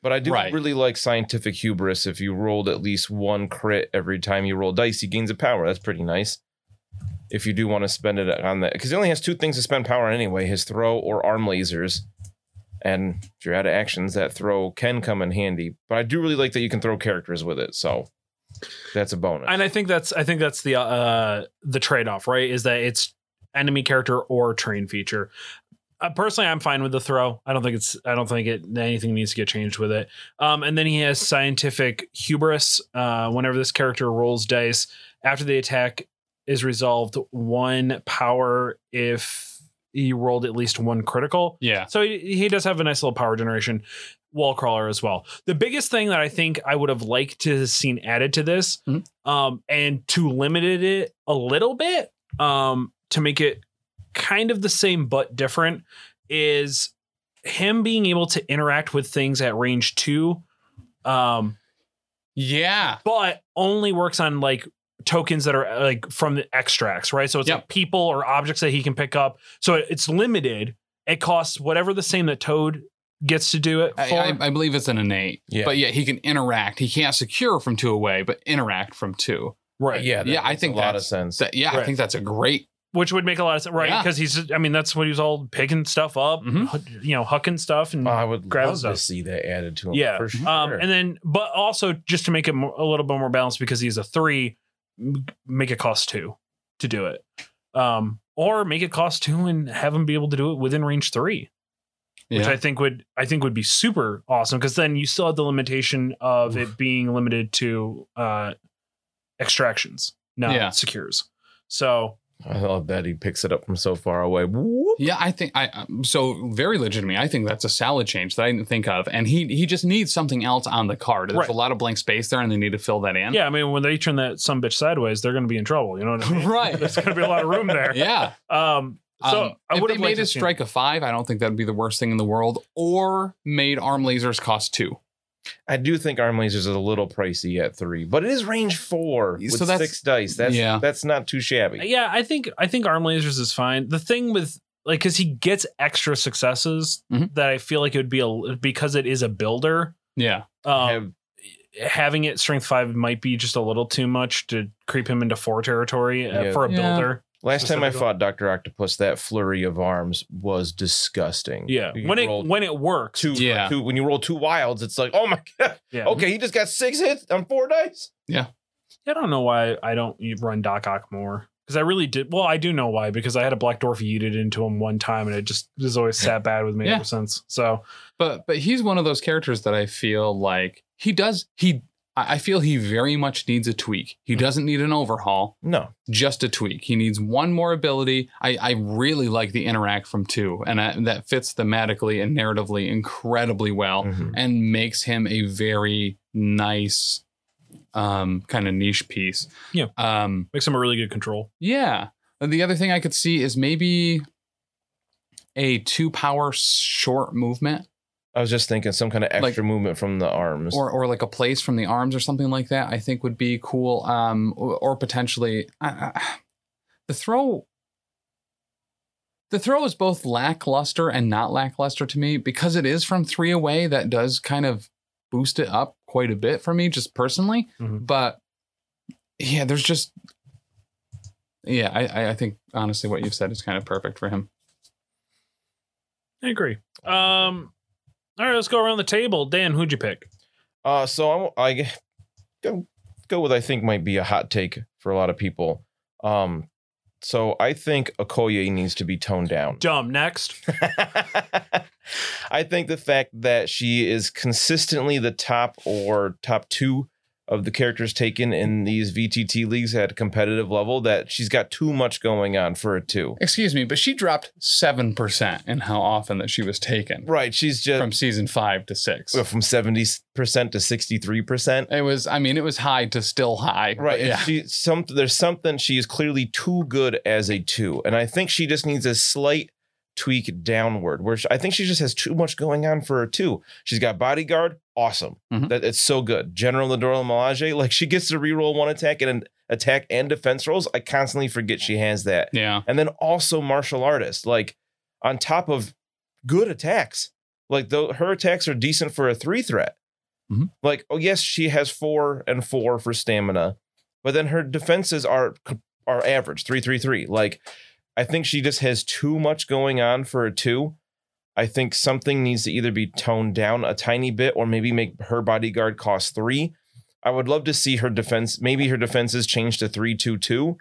S3: But I do
S1: Right.
S3: really like scientific hubris. If you rolled at least one crit every time you roll dice, he gains a power. That's pretty nice. If you do want to spend it on that, because he only has two things to spend power on anyway: his throw or arm lasers. And if you're out of actions, that throw can come in handy. But I do really like that you can throw characters with it, so that's a bonus.
S2: And I think that's I think that's the uh the trade off, right? Is that it's enemy character or train feature. Uh, personally, I'm fine with the throw. I don't think it's I don't think it anything needs to get changed with it. Um, and then he has scientific hubris. Uh, whenever this character rolls dice after the attack is resolved, one power if he rolled at least one critical.
S1: Yeah.
S2: So he, he does have a nice little power generation wall crawler as well. The biggest thing that I think I would have liked to have seen added to this
S1: Mhm.
S2: um, and to limited it a little bit um, to make it kind of the same but different is him being able to interact with things at range two, um,
S1: Yeah.
S2: but only works on like tokens that are uh, like from the extracts, right? So it's
S1: Yep.
S2: like people or objects that he can pick up. So it- it's limited. It costs whatever the same that Toad gets to do it for.
S1: I, uh, I, I believe it's an innate.
S3: Yeah.
S1: But yeah, he can interact. He can't secure from two away, but interact from two.
S2: right.
S3: yeah, that
S1: Yeah, I
S3: makes
S1: think
S3: a lot of
S1: that's-
S3: sense.
S1: That- yeah, I
S2: Right.
S1: think that's a great.
S2: Which would make a lot of sense, right?
S1: Yeah.
S2: Because he's, I mean, that's what he's all picking stuff up,
S1: Mhm.
S2: hu- you know, hucking stuff. And
S1: Uh-huh.
S3: Oh, I would
S2: grab
S3: love
S2: stuff.
S3: to see that added to him.
S2: Mm, Yeah.
S3: for sure.
S2: Um, and then, but also just to make it more, a little bit more balanced because he's a three, m- make it cost two to do it, um, or make it cost two and have him be able to do it within range three, which
S1: Yeah.
S2: I think would I think would be super awesome because then you still have the limitation of it being limited to uh, extractions, not
S1: Yeah.
S2: secures. So
S3: I love that he picks it up from so far away. Whoop.
S1: Yeah, I think I um, so very legitimate. I think that's a salad change that I didn't think of, and he he just needs something else on the card. There's
S2: Right.
S1: a lot of blank space there, and they need to fill that in.
S2: yeah, I mean, when they turn that some bitch sideways, they're going to be in trouble. You know what I
S1: (laughs)
S2: mean?
S1: right.
S2: (laughs) There's going to be a lot of room there.
S1: (laughs) yeah.
S2: Um, so
S1: Um,
S2: I
S1: if
S2: would
S1: they
S2: have liked
S1: made
S2: to
S1: it
S2: see-
S1: strike a five, I don't think that'd be the worst thing in the world. Or made arm lasers cost two.
S3: I do think arm lasers is a little pricey at three, but it is range four with
S1: So that's-
S3: six dice. That's
S1: yeah.
S3: that's not too shabby.
S2: Yeah, I think I think arm lasers is fine. The thing with like because he gets extra successes
S3: Mm-hmm.
S1: Mhm.
S2: that I feel like it would be a because it is a builder.
S1: Yeah.
S2: Um, having it strength five might be just a little too much to creep him into four territory uh,
S3: Yeah.
S2: for a
S1: Yeah.
S2: builder.
S3: Last time I
S2: specifically-
S3: fought Doctor Octopus, that flurry of arms was disgusting.
S2: Yeah,
S3: You
S2: when it
S3: rolled
S2: when it works,
S3: two, uh,
S1: Yeah.
S3: two when you roll two wilds, it's like, oh my (laughs) god,
S2: yeah.
S3: okay, he just got six hits on four dice.
S2: I don't know why I don't run Doc Ock more because I really did. Well, I do know why because I had a Black Dwarf yeeted into him one time and it just has always
S3: (laughs)
S2: sat bad with me
S1: Yeah.
S2: ever since. So
S1: But but he's one of those characters that I feel like he does he I I feel he very much needs a tweak. He
S2: Mm.
S1: doesn't need an overhaul,
S3: No,
S1: just a tweak. He needs one more ability. I, I really like the interact from two, and I, that fits thematically and narratively incredibly well,
S2: Mm.
S3: Mhm.
S1: and makes him a very nice um, kind of niche piece.
S2: Yeah.
S1: Um,
S2: makes him a really good control.
S1: yeah. And the other thing I could see is maybe a two power short movement
S3: I was just thinking some kind of extra movement from the arms.
S1: or or like a place from the arms or something like that. I think would be cool. Um, or, or potentially I, I, the throw the throw is both lackluster and not lackluster to me because it is from three away that does kind of boost it up quite a bit for me just personally
S2: Mhm.
S1: but yeah there's just yeah I- I, I think honestly what you've said is kind of perfect for him
S2: I agree. Um, all right, let's go around the table. Dan, who'd you pick?
S3: Uh, so I, (laughs) I g- go, go with I think might be a hot take for a lot of people. Um, so I think Okoye needs to be
S2: (laughs)
S3: toned down.
S2: Dumb.
S3: (laughs)
S2: Next.
S3: I think the fact that she is consistently the top or top two of the characters taken in these VTT leagues at a competitive level, that she's got too much going on for a two.
S1: excuse me but she dropped 7% in how often that she was taken
S3: Right. She's just
S1: from
S3: from,
S1: season 5 to 6
S3: from 70% to 63%.
S1: it was i mean it was high to still high but
S3: Right. and
S1: yeah
S3: She some there's something she is clearly too good as a two, and I think she just needs a slight tweak downward. Where she, I think she just has too much going on for her two. She's got bodyguard, awesome.
S1: Mhm.
S3: That it's so good. General Ladora Melage, like she gets to reroll one attack and an attack and defense rolls. I constantly forget she has that.
S1: yeah
S3: And then also martial artist, like on top of good attacks. Like though her attacks are decent for a three threat.
S1: Mhm.
S3: Like, oh yes, she has four and four for stamina, but then her defenses are are average three three three. Like, I think she just has too much going on for a two. I think something needs to either be toned down a tiny bit or maybe make her bodyguard cost three. I would love to see her defense. Maybe her defenses change to three two two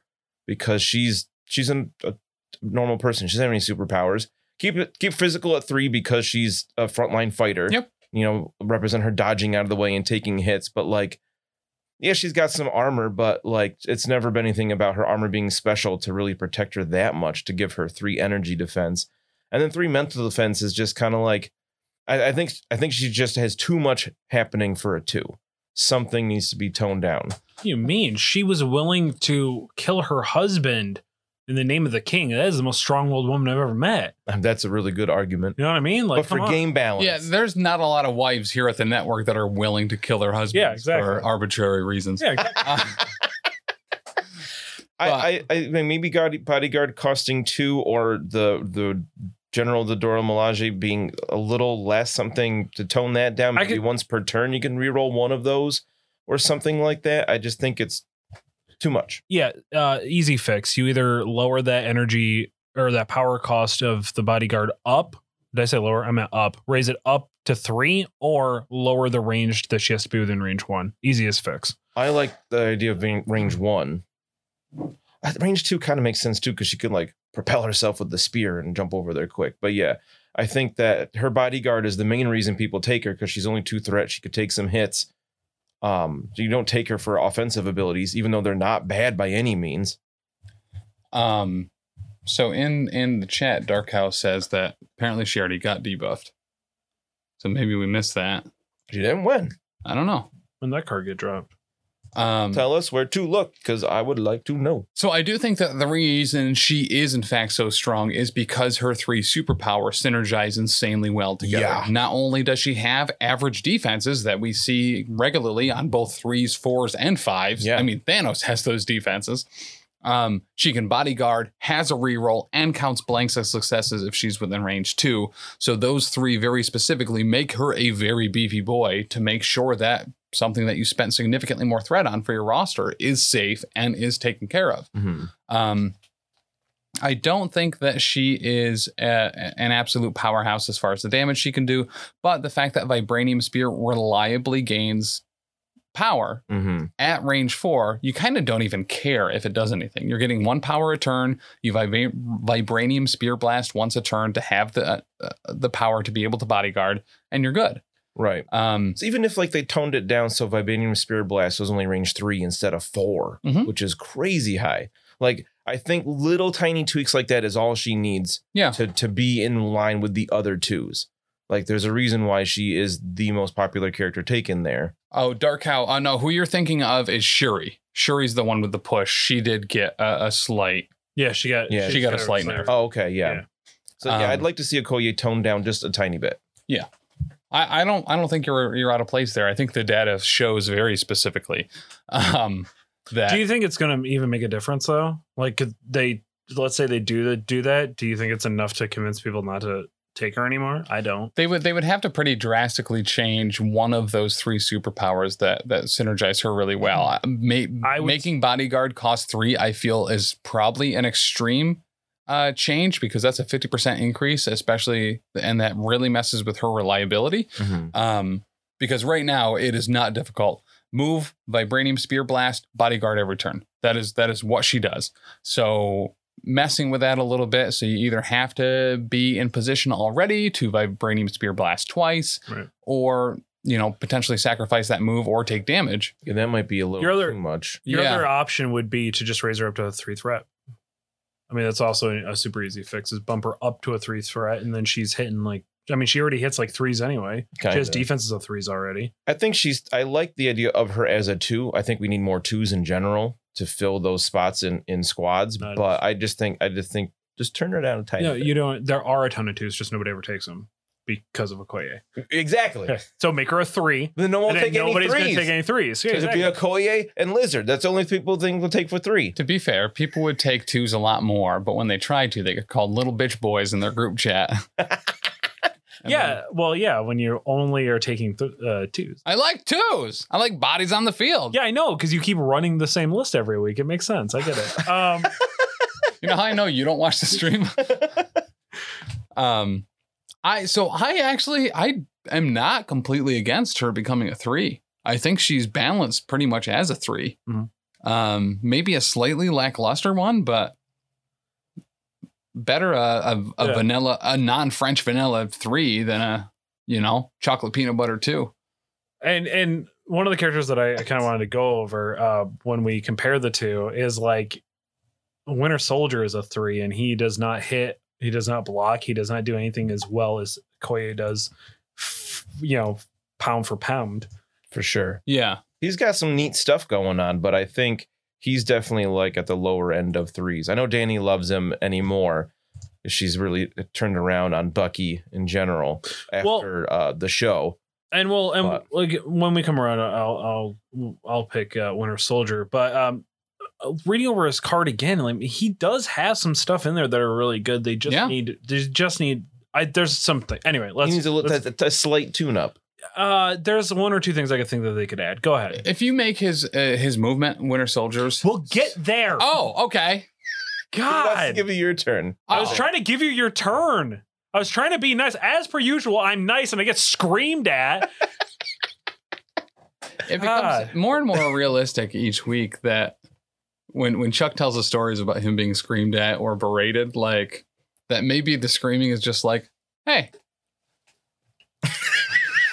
S3: because she's she's an, a normal person. She doesn't have any superpowers. Keep it keep physical at three because she's a frontline fighter.
S1: Yep.
S3: You know, represent her dodging out of the way and taking hits, but like, yeah, she's got some armor, but like, it's never been anything about her armor being special to really protect her that much to give her three energy defense, and then three mental defense is just kind of like, I, I think I think she just has too much happening for a two. Something needs to be toned down.
S2: What do you mean? She was willing to kill her husband in the name of the king. That is the most strong-willed woman I've ever met.
S3: And That's a really good argument.
S2: You know what I mean? Like,
S3: but for
S2: come on.
S3: game balance,
S1: Yeah, there's not a lot of wives here at the network that are willing to kill their husbands
S2: Yeah, exactly.
S1: for arbitrary reasons.
S2: Yeah, exactly.
S1: Uh,
S3: I, I, I mean, maybe God, bodyguard costing two, or the the general the Dora Milaje being a little less something to tone that down.
S2: I
S3: Maybe
S2: could-
S3: once per turn you can reroll one of those or something like that. I just think it's too much.
S2: yeah. Uh, easy fix. You either lower that energy or that power cost of the bodyguard up. Did I say lower? I meant up. Raise it up to three, or lower the range that she has to be within range one. Easiest fix.
S3: I like the idea of being range one. Uh, Range two kind of makes sense too because she can like propel herself with the spear and jump over there quick. But yeah, I think that her bodyguard is the main reason people take her because she's only two threat. She could take some hits. Um, so you don't take her for offensive abilities, even though they're not bad by any means.
S1: um, so in in the chat, Dark House says that apparently she already got debuffed. So maybe we missed that.
S3: She didn't win.
S1: I don't know.
S2: When that card get dropped.
S1: Um,
S3: Tell us where to look because I would like to know.
S1: So I do think that the reason she is in fact so strong is because her three superpowers synergize insanely well together.
S3: Yeah.
S1: Not only does she have average defenses that we see regularly on both threes, fours, and fives.
S3: Yeah.
S1: I mean, Thanos has those defenses. Um, she can bodyguard, has a reroll, and counts blanks as successes if she's within range too. So those three very specifically make her a very beefy boy to make sure that something that you spent significantly more threat on for your roster is safe and is taken care of. Um, I don't think that she is a, an absolute powerhouse as far as the damage she can do, but the fact that Vibranium Spear reliably gains power
S3: Mm-hmm.
S1: at range four, you kind of don't even care if it does anything. You're getting one power a turn. You vibra- Vibranium Spear Blast once a turn to have the uh, uh, the power to be able to bodyguard, and you're good.
S3: Right.
S1: Um,
S3: So even if like they toned it down, so Vibranium Spear Blast was only range three instead of 4
S1: Mhm.
S3: which is crazy high. Like I think little tiny tweaks like that is all she needs
S1: Yeah.
S3: to to be in line with the other twos. Like there's a reason why she is the most popular character taken there.
S1: Oh, Dark Cow. Uh, no, who you're thinking of is Shuri. Shuri's the one with the push. She did get a, a slight.
S2: Yeah, she got.
S3: Yeah.
S1: She got a slight nerve.
S3: Oh, okay, yeah.
S2: Yeah.
S3: So yeah,
S1: Um,
S3: I'd like to see Okoye toned down just a tiny bit.
S1: I, I don't. I don't think you're you're out of place there. I think the data shows very specifically. Um, that
S2: Do you think it's going to even make a difference though? Like could they let's say they do the, do that, do you think it's enough to convince people not to take her anymore? I don't.
S1: they would they would have to pretty drastically change one of those three superpowers that that synergize her really well. Uh, Ma-
S2: Mm-hmm. I would-
S1: making bodyguard cost three, I feel, is probably an extreme uh, change because that's a fifty percent increase, especially, and that really messes with her reliability. Um, because right now it is not difficult. Move, vibranium spear blast, bodyguard every turn. That is that is what she does. So messing with that a little bit. So you either have to be in position already to vibranium spear blast twice,
S2: Right.
S1: or you know potentially sacrifice that move or take damage.
S3: Yeah, that might be a little
S2: Your other-
S3: too much.
S2: Your
S1: yeah,
S2: other option would be to just raise her up to a 3 threat. I mean, that's also a super easy fix is bump her up to a 3 threat and then she's hitting like I mean, she already hits like threes anyway. She has
S3: kinda.
S2: defenses of threes already.
S3: I think she's. I like the idea of her as a two. I think we need more twos in general to fill those spots in in squads.
S2: Nice.
S3: But I just think. I just think. Just turn her down a tiny.
S2: No,
S3: bit.
S2: you don't. There are a ton of twos, just nobody ever takes them because of Okoye.
S3: exactly.
S2: (laughs) So make her a three.
S3: Then no
S2: and
S3: one will
S2: then
S3: take any
S2: nobody's going to
S3: threes.
S2: take any threes. Yeah,
S3: Because it'd be
S2: exactly.
S3: Okoye and Lizard. That's the only people think will take for three.
S1: To be fair, people would take twos a lot more, but when they try to, they get called little bitch boys in their group chat.
S2: (laughs)
S1: And
S2: yeah.
S1: then,
S2: Well, yeah, when you only are taking th- uh, twos.
S1: I like twos. I like bodies on the field.
S2: Yeah, I know, because you keep running the same list every week. It makes sense. I get it. Um,
S1: You know how I know you don't watch the
S2: (laughs)
S1: stream? um I so I actually I am not completely against her becoming a 3. I think she's balanced pretty much as a 3.
S2: Mhm.
S1: Um maybe a slightly lackluster one, but better a a, a
S2: Yeah.
S1: vanilla a non-French vanilla 3 than a, you know, chocolate peanut butter 2.
S2: and and one of the characters that I, I kind of wanted to go over uh, when we compare the two is like Winter Soldier is a three, and he does not hit, he does not block, he does not do anything as well as Koye does, f- you know, pound for pound.
S3: for sure.
S1: Yeah.
S3: He's got some neat stuff going on, but I think he's definitely like at the lower end of threes. I know Danny loves him anymore. She's really turned around on Bucky in general
S2: Well-
S3: after uh, the show.
S2: And we'll and
S3: But-
S2: like when we come around, I'll I'll I'll pick uh, Winter Soldier. But um, reading over his card again, like he does have some stuff in there that are really good. They just
S1: Yeah.
S2: need they just need. I, there's something anyway. Let's
S3: he needs a, little,
S2: let's-
S3: a, a slight tune up.
S2: Uh, there's one or two things I could think that they could add. Go ahead.
S1: If you make his uh, his movement Winter Soldiers.
S2: We'll get there.
S1: Oh, okay.
S2: God!
S3: Give you your turn.
S2: I was
S1: Oh.
S2: trying to give you your turn. I was trying to be nice. As per usual, I'm nice and I get screamed at.
S1: it becomes
S2: God.
S1: more and more realistic each week that when when Chuck tells us stories about him being screamed at or berated, like that maybe the screaming is just like, hey,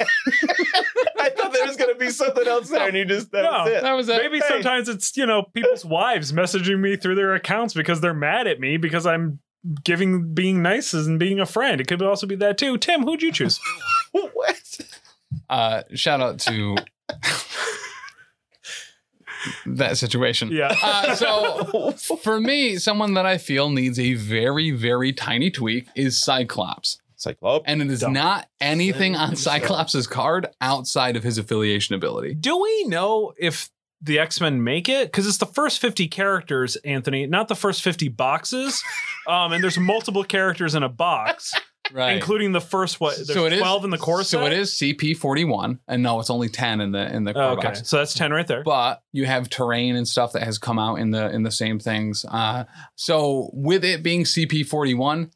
S3: I thought there was going to be something else there, and you just that was
S2: No.
S3: it.
S1: that was it.
S2: Maybe
S3: Hey.
S2: sometimes it's, you know, people's wives messaging me through their accounts because they're mad at me because I'm giving being nice and being a friend. It could also be that too. Tim, who'd
S1: (laughs)
S2: you choose?
S3: (laughs) what?
S1: Uh, shout out
S2: (laughs)
S1: to that situation.
S2: yeah.
S1: Uh, so for me, someone that I feel needs a very, very tiny tweak is Cyclops.
S3: It's like, oh,
S1: And it is
S2: Dumb.
S1: not anything on Cyclops' card outside of his affiliation ability.
S2: Do we know if the X Men make it? Because it's the first 50 characters, Anthony, not the first 50 boxes. um, and there's multiple characters in a box,
S1: Right.
S2: including the first what? There's
S1: So it is-
S2: 12 in the core
S1: So
S2: set?
S1: it is CP forty one, and no, it's only ten in the in the core
S2: Oh, okay,
S1: box.
S2: so that's 10 right there.
S1: But you have terrain and stuff that has come out in the in the same things. Uh, so with it being CP forty one,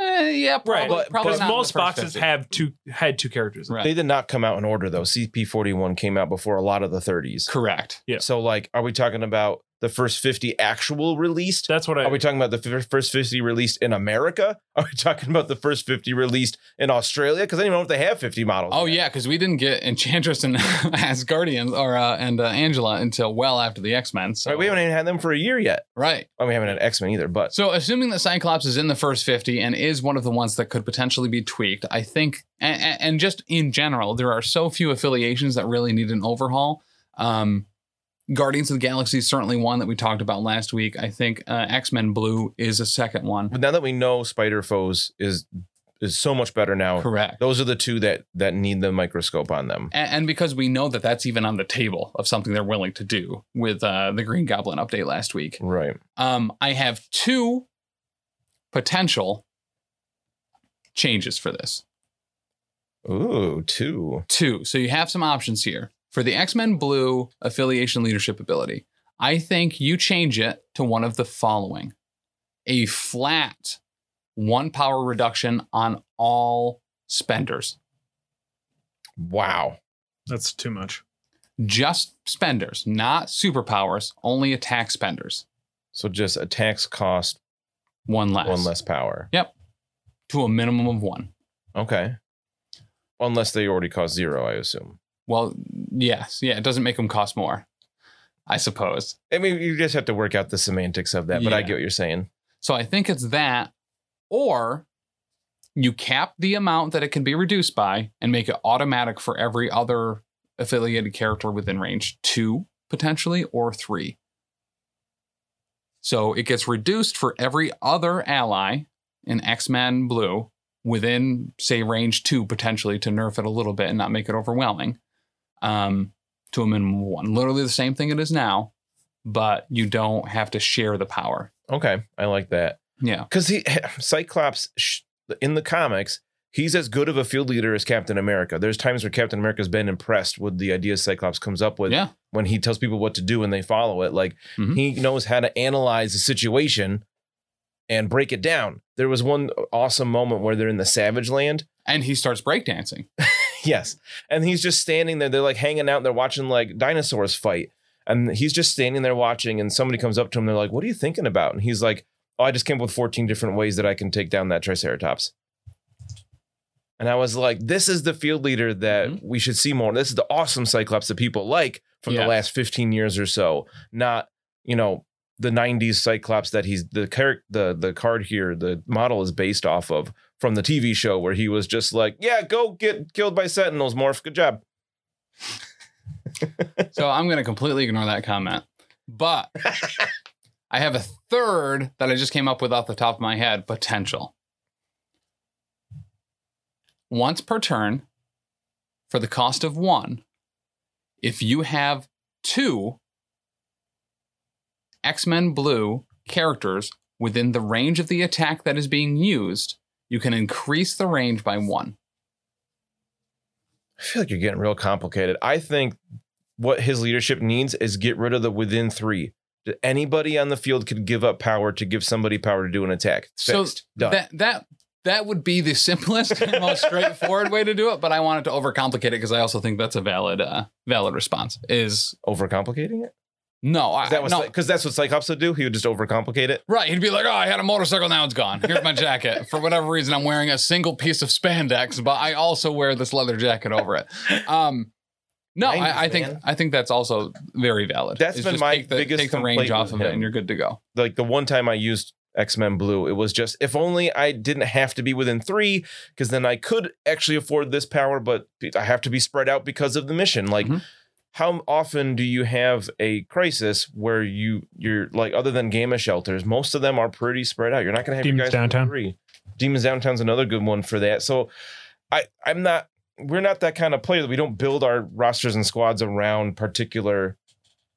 S1: eh, yeah, probably,
S2: Right,
S3: but-
S1: probably
S2: because
S1: not in the
S2: most
S1: first
S2: boxes
S1: 50.
S2: have two had two characters. in it.
S1: right.
S3: they did not come out in order though. CP41 came out before a lot of the 30s.
S1: correct.
S2: Yeah.
S3: So, like, are we talking about the first 50 actual released?
S2: That's what I.
S3: Are we talking about the fir- first 50 released in America? (laughs) Are we talking about the first 50 released in Australia? Because I don't even know if they have 50 models.
S1: Oh
S3: yet.
S1: yeah, because we didn't get Enchantress and (laughs) Asgardians or uh, and uh, Angela until well after the X Men. So
S3: Right, we haven't even had them for a year yet.
S1: right.
S3: Oh, we haven't had X Men either, but
S1: So, assuming that Cyclops is in the first 50 and is one of the ones that could potentially be tweaked, I think, and, and just in general, there are so few affiliations that really need an overhaul. Um, Guardians of the Galaxy is certainly one that we talked about last week. I think uh, X Men Blue is a second one.
S3: now that we know Spider Foes is is so much better now.
S1: Correct.
S3: Those are the two that that need the microscope on them.
S1: and, and because we know that that's even on the table of something they're willing to do with uh, the Green Goblin update last week.
S3: Right.
S1: Um, I have two potential changes for this.
S3: Ooh, two.
S1: Two. So you have some options here for the X Men Blue affiliation leadership ability. I think you change it to one of the following: a flat one power reduction on all spenders,
S3: Wow.
S2: That's too much.
S1: just spenders, not superpowers, only attack spenders.
S3: So just a tax cost,
S1: One less.
S3: one less power.
S1: to a minimum of one.
S3: Okay. Unless they already cost zero, I assume.
S1: Well, yes, yeah, it doesn't make them cost more, I suppose.
S3: I mean, you just have to work out the semantics of that, but I
S1: Yeah.
S3: get what you're saying.
S1: So I think it's that, or you cap the amount that it can be reduced by and make it automatic for every other affiliated character within range two, potentially, or three. So it gets reduced for every other ally in X Men Blue within, say, range two, potentially, to nerf it a little bit and not make it overwhelming um, to a minimum of one. Literally the same thing it is now, but you don't have to share the power.
S3: Okay. I like that.
S1: Yeah.
S3: Because he, Cyclops, sh- in the comics, he's as good of a field leader as Captain America. There's times where Captain America's been impressed with the ideas Cyclops comes up with
S1: yeah,
S3: when he tells people what to do and they follow it. Like
S1: Mhm.
S3: he knows how to analyze the situation and break it down. There was one awesome moment where they're in the Savage Land.
S1: and he starts breakdancing.
S3: (laughs) Yes. And he's just standing there. They're like hanging out. And they're watching like dinosaurs fight. And he's just standing there watching. And somebody comes up to him. They're like, What are you thinking about? And he's like, Oh, I just came up with 14 different ways that I can take down that Triceratops. And I was like, This is the field leader that
S1: Mhm.
S3: we should see more. This is the awesome Cyclops that people like from
S1: Yeah.
S3: the last 15 years or so, not, you know, the 90s Cyclops that he's the character, the, the card here, the model is based off of from the TV show where he was just like, "Yeah, go get killed by Sentinels, Morph. Good job."
S1: So I'm going to completely ignore that comment. But I have a third that I just came up with off the top of my head potential. Once per turn, for the cost of one, if you have two X Men Blue characters within the range of the attack that is being used, you can increase the range by one.
S3: I feel like you're getting real complicated. I think what his leadership needs is get rid of the within three. That Anybody on the field could give up power to give somebody power to do an attack.
S1: So
S3: Fixed. Done.
S1: That that that would be the (laughs) simplest and most straightforward way to do it, but I wanted to overcomplicate it because I also think that's a valid uh, valid response. Is
S3: Overcomplicating it?
S1: no, I,
S3: Is that was
S1: no.
S3: because that's what Cyclops would do. He would just overcomplicate it.
S1: Right, he'd be like, "Oh, I had a motorcycle, now it's gone. Here's my jacket. For whatever reason, I'm wearing a single piece of spandex, but I also wear this leather jacket over it." Um, no, I, I
S3: 90s,
S1: think
S3: man.
S1: I think that's also very valid.
S3: That's
S1: It's
S3: been my
S1: take the,
S3: biggest
S1: take the range
S3: complaint
S1: off of
S3: with
S1: it, and
S3: him.
S1: you're good to go.
S3: Like the one time I used X Men Blue, it was just if only I didn't have to be within three, because then I could actually afford this power, but I have to be spread out because of the mission. Like,
S1: Mhm.
S3: how often do you have a crisis where you you're like other than gamma shelters, most of them are pretty spread out. You're not gonna have
S2: Demons
S3: you guys within
S2: Downtown.
S3: three. Demons Downtown's another good one for that. So, I I'm not we're not that kind of player that we don't build our rosters and squads around particular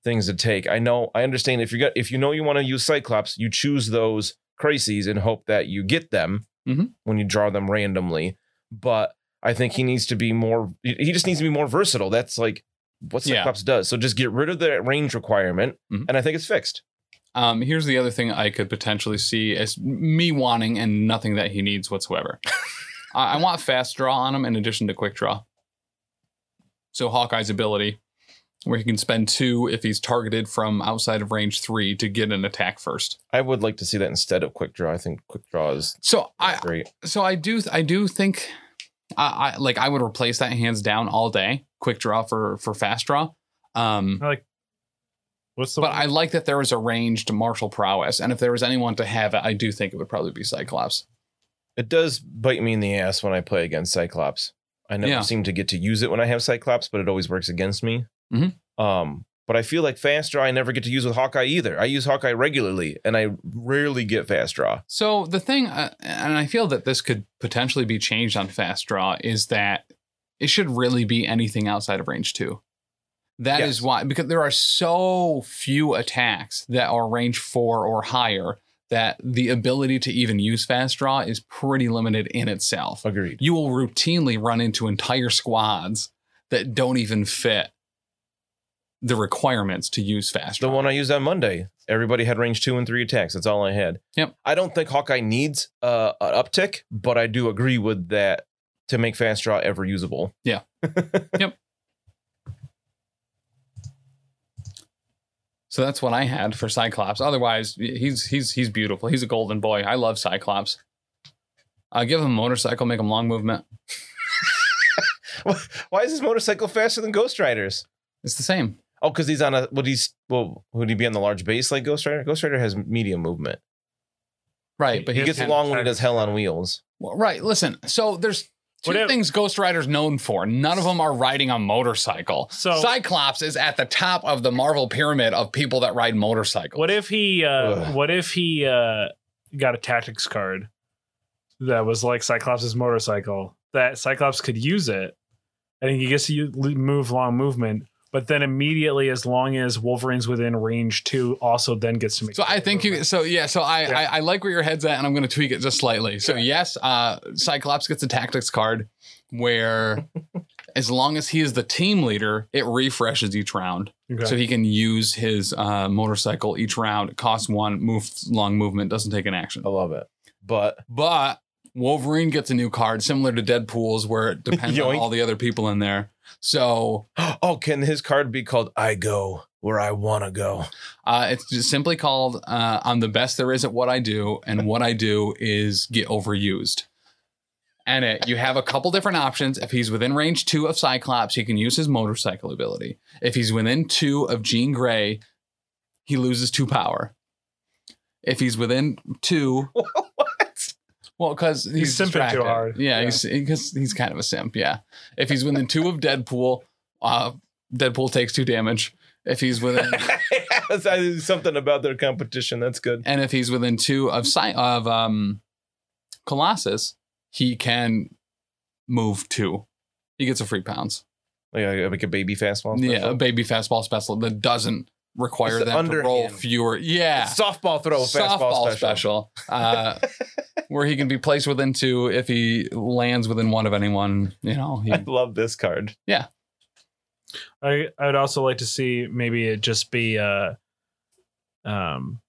S3: things to take. I know, I understand if you got if you know you want to use Cyclops, you choose those crises and hope that you get them
S1: Mhm.
S3: when you draw them randomly. But I think he needs to be more. He he just needs to be more versatile. That's like what
S1: Yeah.
S3: Cyclops does. So just get rid of that range requirement,
S1: Mhm.
S3: and I think it's fixed.
S1: Um, here's the other thing I could potentially see as me wanting and nothing that he needs whatsoever. I, I want fast draw on him in addition to quick draw. So Hawkeye's ability, where he can spend two if he's targeted from outside of range three to get an attack first.
S3: I would like to see that instead of quick draw. I think quick draw is
S1: So I,
S3: great.
S1: so I do, I do think, I, I like I would replace that hands down all day. Quick draw for for fast draw. Um,
S2: What's the
S1: but I like that there was a range to martial prowess, and if there was anyone to have it, I do think it would probably be Cyclops.
S3: It does bite me in the ass when I play against Cyclops. I never
S1: Yeah.
S3: seem to get to use it when I have Cyclops, but it always works against me.
S1: Mhm.
S3: Um, But I feel like fast draw I never get to use with Hawkeye either. I use Hawkeye regularly, and I rarely get fast draw.
S1: So the thing, uh, and I feel that this could potentially be changed on fast draw, is that it should really be anything outside of range two. That is
S3: Yes.
S1: why, because there are so few attacks that are range four or higher that the ability to even use fast draw is pretty limited in itself.
S3: Agreed.
S1: You will routinely run into entire squads that don't even fit the requirements to use fast
S3: The
S1: draw.
S3: one I used on Monday, everybody had range two and three attacks. That's all I had.
S1: Yep.
S3: I don't think Hawkeye needs uh, an uptick, but I do agree with that to make fast draw ever usable.
S1: So that's what I had for Cyclops. Otherwise, he's he's he's beautiful. He's a golden boy. I love Cyclops. I give him a motorcycle, make him long movement.
S3: Why is his motorcycle faster than Ghost Rider's?
S1: It's the same.
S3: Oh, because he's on a would he's well would he be on the large base like Ghost Rider? Ghost Rider has medium movement.
S1: Right, but
S3: He
S1: he
S3: gets
S2: Yeah.
S3: long when he does Hell on Wheels.
S1: well, right, listen. So there's two
S2: Whatever.
S1: things Ghost Rider's known for. None of them are riding a motorcycle.
S2: So-
S1: Cyclops is at the top of the Marvel pyramid of people that ride motorcycles.
S2: What if he? Uh,
S3: Ugh.
S2: what if he uh, got a tactics card that was like Cyclops' motorcycle? That Cyclops could use it, and he gets to u- move long movement. But then immediately, as long as Wolverine's within range two, also then gets to make.
S1: So I think you. So yeah. So I,
S2: Yeah.
S1: I I like where your head's at, and I'm going to tweak it just slightly. So
S2: Okay.
S1: yes, uh, Cyclops gets a tactics card
S2: (laughs)
S1: where, as long as he is the team leader, it refreshes each round,
S2: Okay.
S1: so he can use his uh, motorcycle each round. It costs one, moves long movement, doesn't take an action.
S3: I love it. But (gasps)
S1: But Wolverine gets a new card similar to Deadpool's, where it
S2: (laughs)
S1: depends on
S3: Yoink.
S1: all the other people in there. So
S3: oh, can his card be called I go where I wanna go? (laughs)
S1: Uh, it's just simply called uh, I'm the best there is at what I do, and what I do is get overused. And it, you have a couple different options. If he's within range two of Cyclops, he can use his motorcycle ability. If he's within two of Jean Grey, he loses two power. If he's within
S2: (laughs)
S1: two,
S3: what?
S1: well, because he's,
S2: He's simping too
S1: distracted.
S2: hard.
S1: Yeah,
S2: Yeah.
S1: because he's, kind of a simp. Yeah. If he's within two of Deadpool, uh, Deadpool takes two damage. If he's
S2: (laughs)
S1: within
S3: That's something about their competition. That's good.
S1: and if he's within two of Cy- of um, Colossus, he can move two. He gets a free pounds.
S3: Like a, Oh, like a baby fastball.
S1: Yeah, a
S3: special.
S1: baby fastball special that doesn't require
S3: It's the
S1: them to roll
S3: underhand.
S1: fewer. Yeah,
S3: Softball throw, fastball special.
S1: uh, where he can be placed within two if he lands within one of anyone. You know, he,
S3: (laughs) I love this card.
S2: I I would also like to see maybe it just be uh um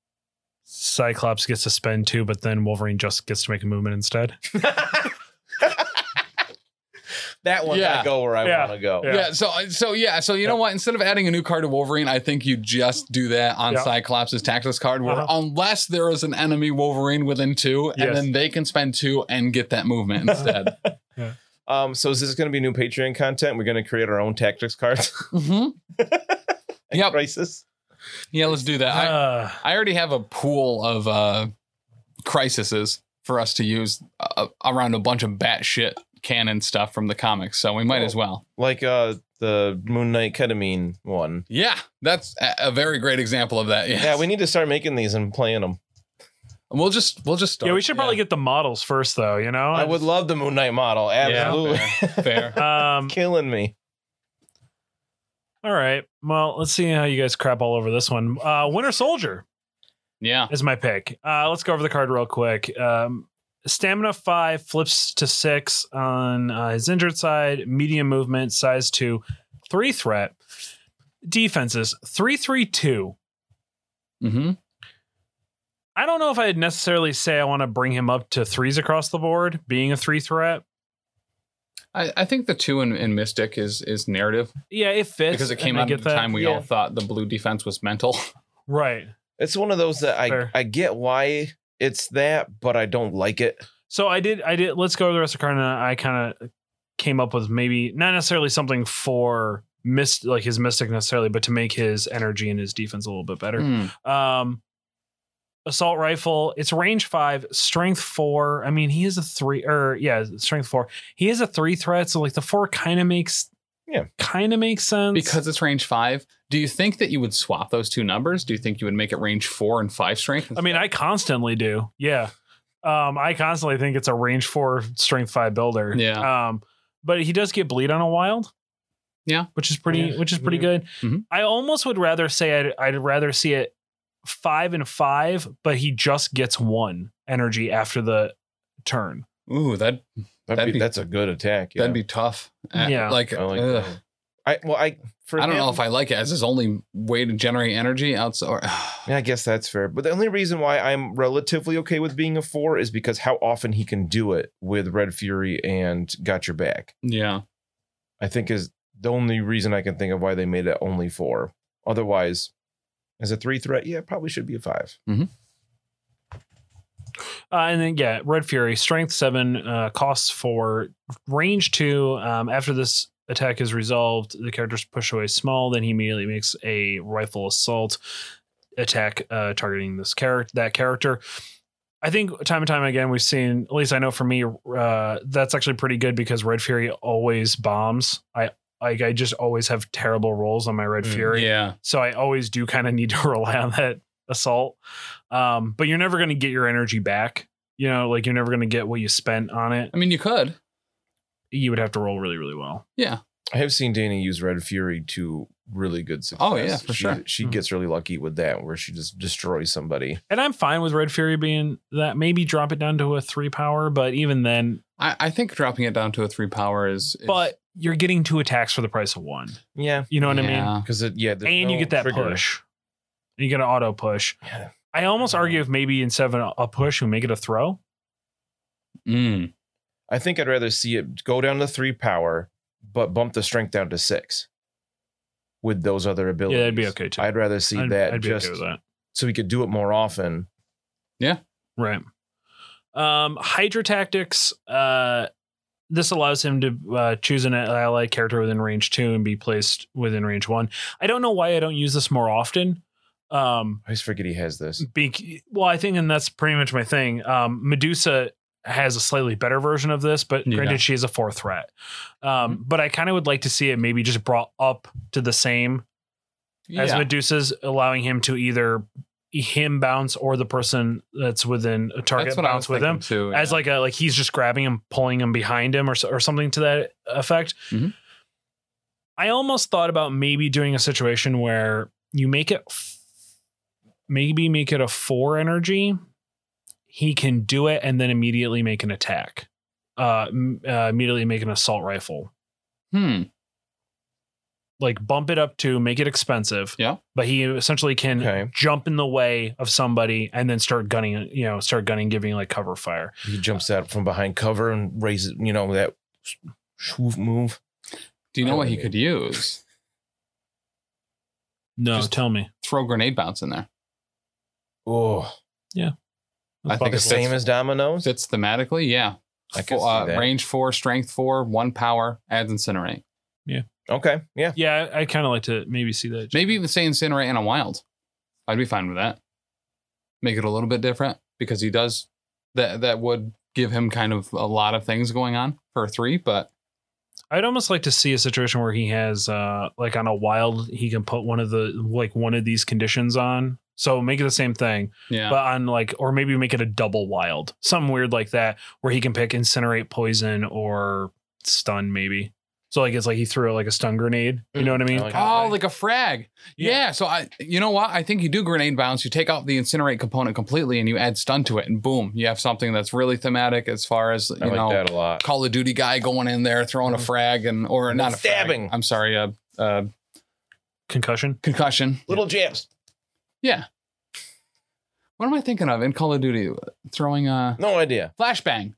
S2: Cyclops gets to spend two, but then Wolverine just gets to make a movement instead.
S3: that one
S1: Yeah.
S3: I go where I
S2: Yeah.
S3: wanna go.
S2: Yeah.
S1: yeah. So uh, so yeah. So you know
S2: Yeah.
S1: what? Instead of adding a new card to Wolverine, I think you just do that on
S2: Yeah.
S1: Cyclops' tactics card, where
S2: Uh-huh.
S1: unless there is an enemy Wolverine within two,
S2: Yes.
S1: and then they can spend two and get that movement
S2: (laughs)
S1: instead.
S3: Um, so is this gonna be new Patreon content? We're gonna create our own tactics cards. (laughs) Mm-hmm.
S1: hmm Yep.
S3: Crisis.
S1: Yeah, let's do that.
S2: Uh,
S1: I, I already have a pool of uh, crises for us to use uh, around a bunch of batshit canon stuff from the comics, so we might
S3: Cool.
S1: as well.
S3: Like uh the Moon Knight ketamine one.
S1: Yeah, that's a, a very great example of that. yes.
S3: Yeah, we need to start making these and playing them.
S1: we'll just we'll just start.
S2: yeah, we should probably get the models first though, you know?
S3: I would love the Moon Knight model. Absolutely.
S1: get fair.
S2: um
S3: (laughs) Killing me.
S2: all right. Well, let's see how you guys crap all over this one. Uh Winter Soldier
S1: Yeah.
S2: is my pick. Uh let's go over the card real quick. Um Stamina five flips to six on uh, his injured side, medium movement, size two, three threat, defenses, three three two.
S1: hmm
S2: I don't know if I'd necessarily say I want to bring him up to threes across the board, being a three threat.
S1: I, I think the two in, in Mystic is is narrative
S2: Yeah, it fits
S1: because it came
S2: and I
S1: out at the
S2: that.
S1: time we
S3: yeah.
S1: all thought the blue defense was
S2: (laughs)
S1: mental.
S2: right.
S3: It's one of those that I
S2: Fair.
S3: I get why it's that, but I don't like it.
S2: So I did. I did. Let's go over the rest of the card. And I kind of came up with maybe not necessarily something for mist like his mystic necessarily, but to make his energy and his defense a little bit better.
S1: Hmm.
S2: Um, assault rifle. It's range five, strength four. I mean, he is a three or yeah, strength four. He is a three threat. So like the four kind of makes
S3: Yeah.
S2: Kind of makes sense.
S1: because it's range five. Do you think that you would swap those two numbers? Do you think you would make it range four and five strength?
S2: I mean, I constantly do. Yeah. Um, I constantly think it's a range four strength five builder.
S1: Yeah.
S2: Um, but he does get bleed on a wild.
S1: Yeah.
S2: Which is pretty
S3: Yeah.
S2: which is pretty
S3: Yeah.
S2: good.
S1: Mhm.
S2: I almost would rather say I'd I'd rather see it five and five, but he just gets one energy after the turn.
S1: ooh, that
S3: That'd,
S1: That'd
S3: be,
S1: be-
S3: that's a good attack. Yeah.
S1: that'd be tough. Uh,
S2: Yeah.
S1: like,
S3: I like
S1: ugh.
S3: that. I well I for
S1: I don't
S3: him-
S1: know if I like it as his only way to generate energy outside. Or, (sighs)
S3: Yeah, I guess that's fair. But the only reason why I'm relatively okay with being a four is because how often he can do it with Red Fury and Got Your Back.
S1: yeah,
S3: I think is the only reason I can think of why they made it only four. Otherwise, as a three threat, yeah, it probably should be a five.
S2: Uh, and then yeah, Red Fury, strength seven, uh, costs four, range two. Um, after this attack is resolved, the character's push away small. Then he immediately makes a rifle assault attack uh, targeting this character. That character. I think time and time again we've seen, at least I know for me, uh, that's actually pretty good because Red Fury always bombs. I like I just always have terrible rolls on my Red
S1: Mm-hmm.
S3: Mm,
S2: Fury.
S1: yeah.
S2: So I always do kind of (laughs) need to rely on that assault. Um, but you're never going to get your energy back. You know, like you're never going to get what you spent on it.
S1: I mean, you could.
S2: You would have to roll really, really well.
S1: Yeah,
S3: I have seen Dana use Red Fury to really good success.
S1: Oh, yeah, for
S3: She-
S1: sure.
S3: She
S2: Mhm.
S3: gets really lucky with that, where she just destroys somebody.
S2: And I'm fine with Red Fury being that. Maybe drop it down to a three power, but even then,
S1: I, I think dropping it down to a three power is. is
S2: but you're getting two attacks for the price of one.
S3: Yeah,
S2: You know what I mean?
S1: yeah.
S3: because it yeah, there's
S2: And
S3: no
S2: you get that
S3: trigger.
S2: push. You get an auto push.
S3: Yeah.
S2: I almost argue if maybe in seven a push would make it a throw.
S1: Mm.
S3: I think I'd rather see it go down to three power, but bump the strength down to six with those other abilities.
S2: Yeah, that'd be okay too.
S3: I'd rather see
S2: I'd-
S3: that
S2: I'd be
S3: just
S2: okay with that.
S3: so we could do it more often.
S2: Right. Um, Hydra Tactics. Uh, this allows him to uh, choose an ally character within range two and be placed within range one. I don't know why I don't use this more often. Um,
S3: I always forget he has this.
S2: be- well, I think, and that's pretty much my thing. Um, Medusa has a slightly better version of this, but
S1: Yeah. Mm-hmm.
S2: granted, she is a four threat. Um, but I kind of would like to see it maybe just brought up to the same as
S1: Hmm. Yeah.
S2: Medusa's allowing him to either him bounce or the person that's within a target
S1: That's what I was
S2: bounce with
S1: thinking
S2: him
S1: too.
S2: as
S1: Oh, yeah.
S2: like a like he's just grabbing him, pulling him behind him, or so- or something to that effect.
S1: Mhm.
S2: I almost thought about maybe doing a situation where you make it, f- maybe make it a four energy. He can do it and then immediately make an attack. Uh, m- uh, immediately make an assault rifle.
S1: Hmm.
S2: Like bump it up to make it expensive.
S1: Yeah.
S2: But he essentially can
S3: Okay.
S2: jump in the way of somebody and then start gunning, you know, start gunning, giving like cover fire.
S3: He jumps out from behind cover and raises, you know, that swoof move.
S1: Do you
S3: I
S1: know
S3: know
S1: what
S3: what
S1: he
S3: you
S1: could use?
S2: No,
S1: Just-
S2: tell me.
S1: Throw grenade bounce in there.
S3: Oh,
S1: I think
S2: Bucket
S3: the
S1: it's
S2: list.
S3: same as dominoes.
S1: Fits thematically, yeah.
S3: I can
S1: Fo-
S3: see
S1: uh,
S3: that.
S1: range four, strength four, one power, adds incinerate.
S3: Okay, yeah.
S2: Yeah, I, I kind of like to maybe see that.
S1: Maybe even say incinerate and a wild. I'd be fine with that. Make it a little bit different because he does that. That would give him kind of a lot of things going on for a three, but
S2: I'd almost like to see a situation where he has, uh, like on a wild, he can put one of the like one of these conditions on. So make it the same thing,
S1: yeah,
S2: but on like, or maybe make it a double wild, something weird like that, where he can pick incinerate, poison, or stun, maybe. So like it's like he threw like a stun grenade. You know what I mean?
S3: I like
S1: Oh,
S3: Okay.
S1: like a frag. Yeah. So I, you know what? I think you do grenade bounce. You take out the incinerate component completely, and you add stun to it, and boom, you have something that's really thematic as far as you
S3: I like
S1: know
S3: that a lot.
S1: Call of Duty guy going in there throwing a frag and or not a frag.
S3: Stabbing.
S1: I'm sorry, a, a
S2: concussion.
S1: concussion.
S3: Little jabs.
S1: Yeah. What am I thinking of in Call of Duty? Throwing a
S3: No idea.
S1: flashbang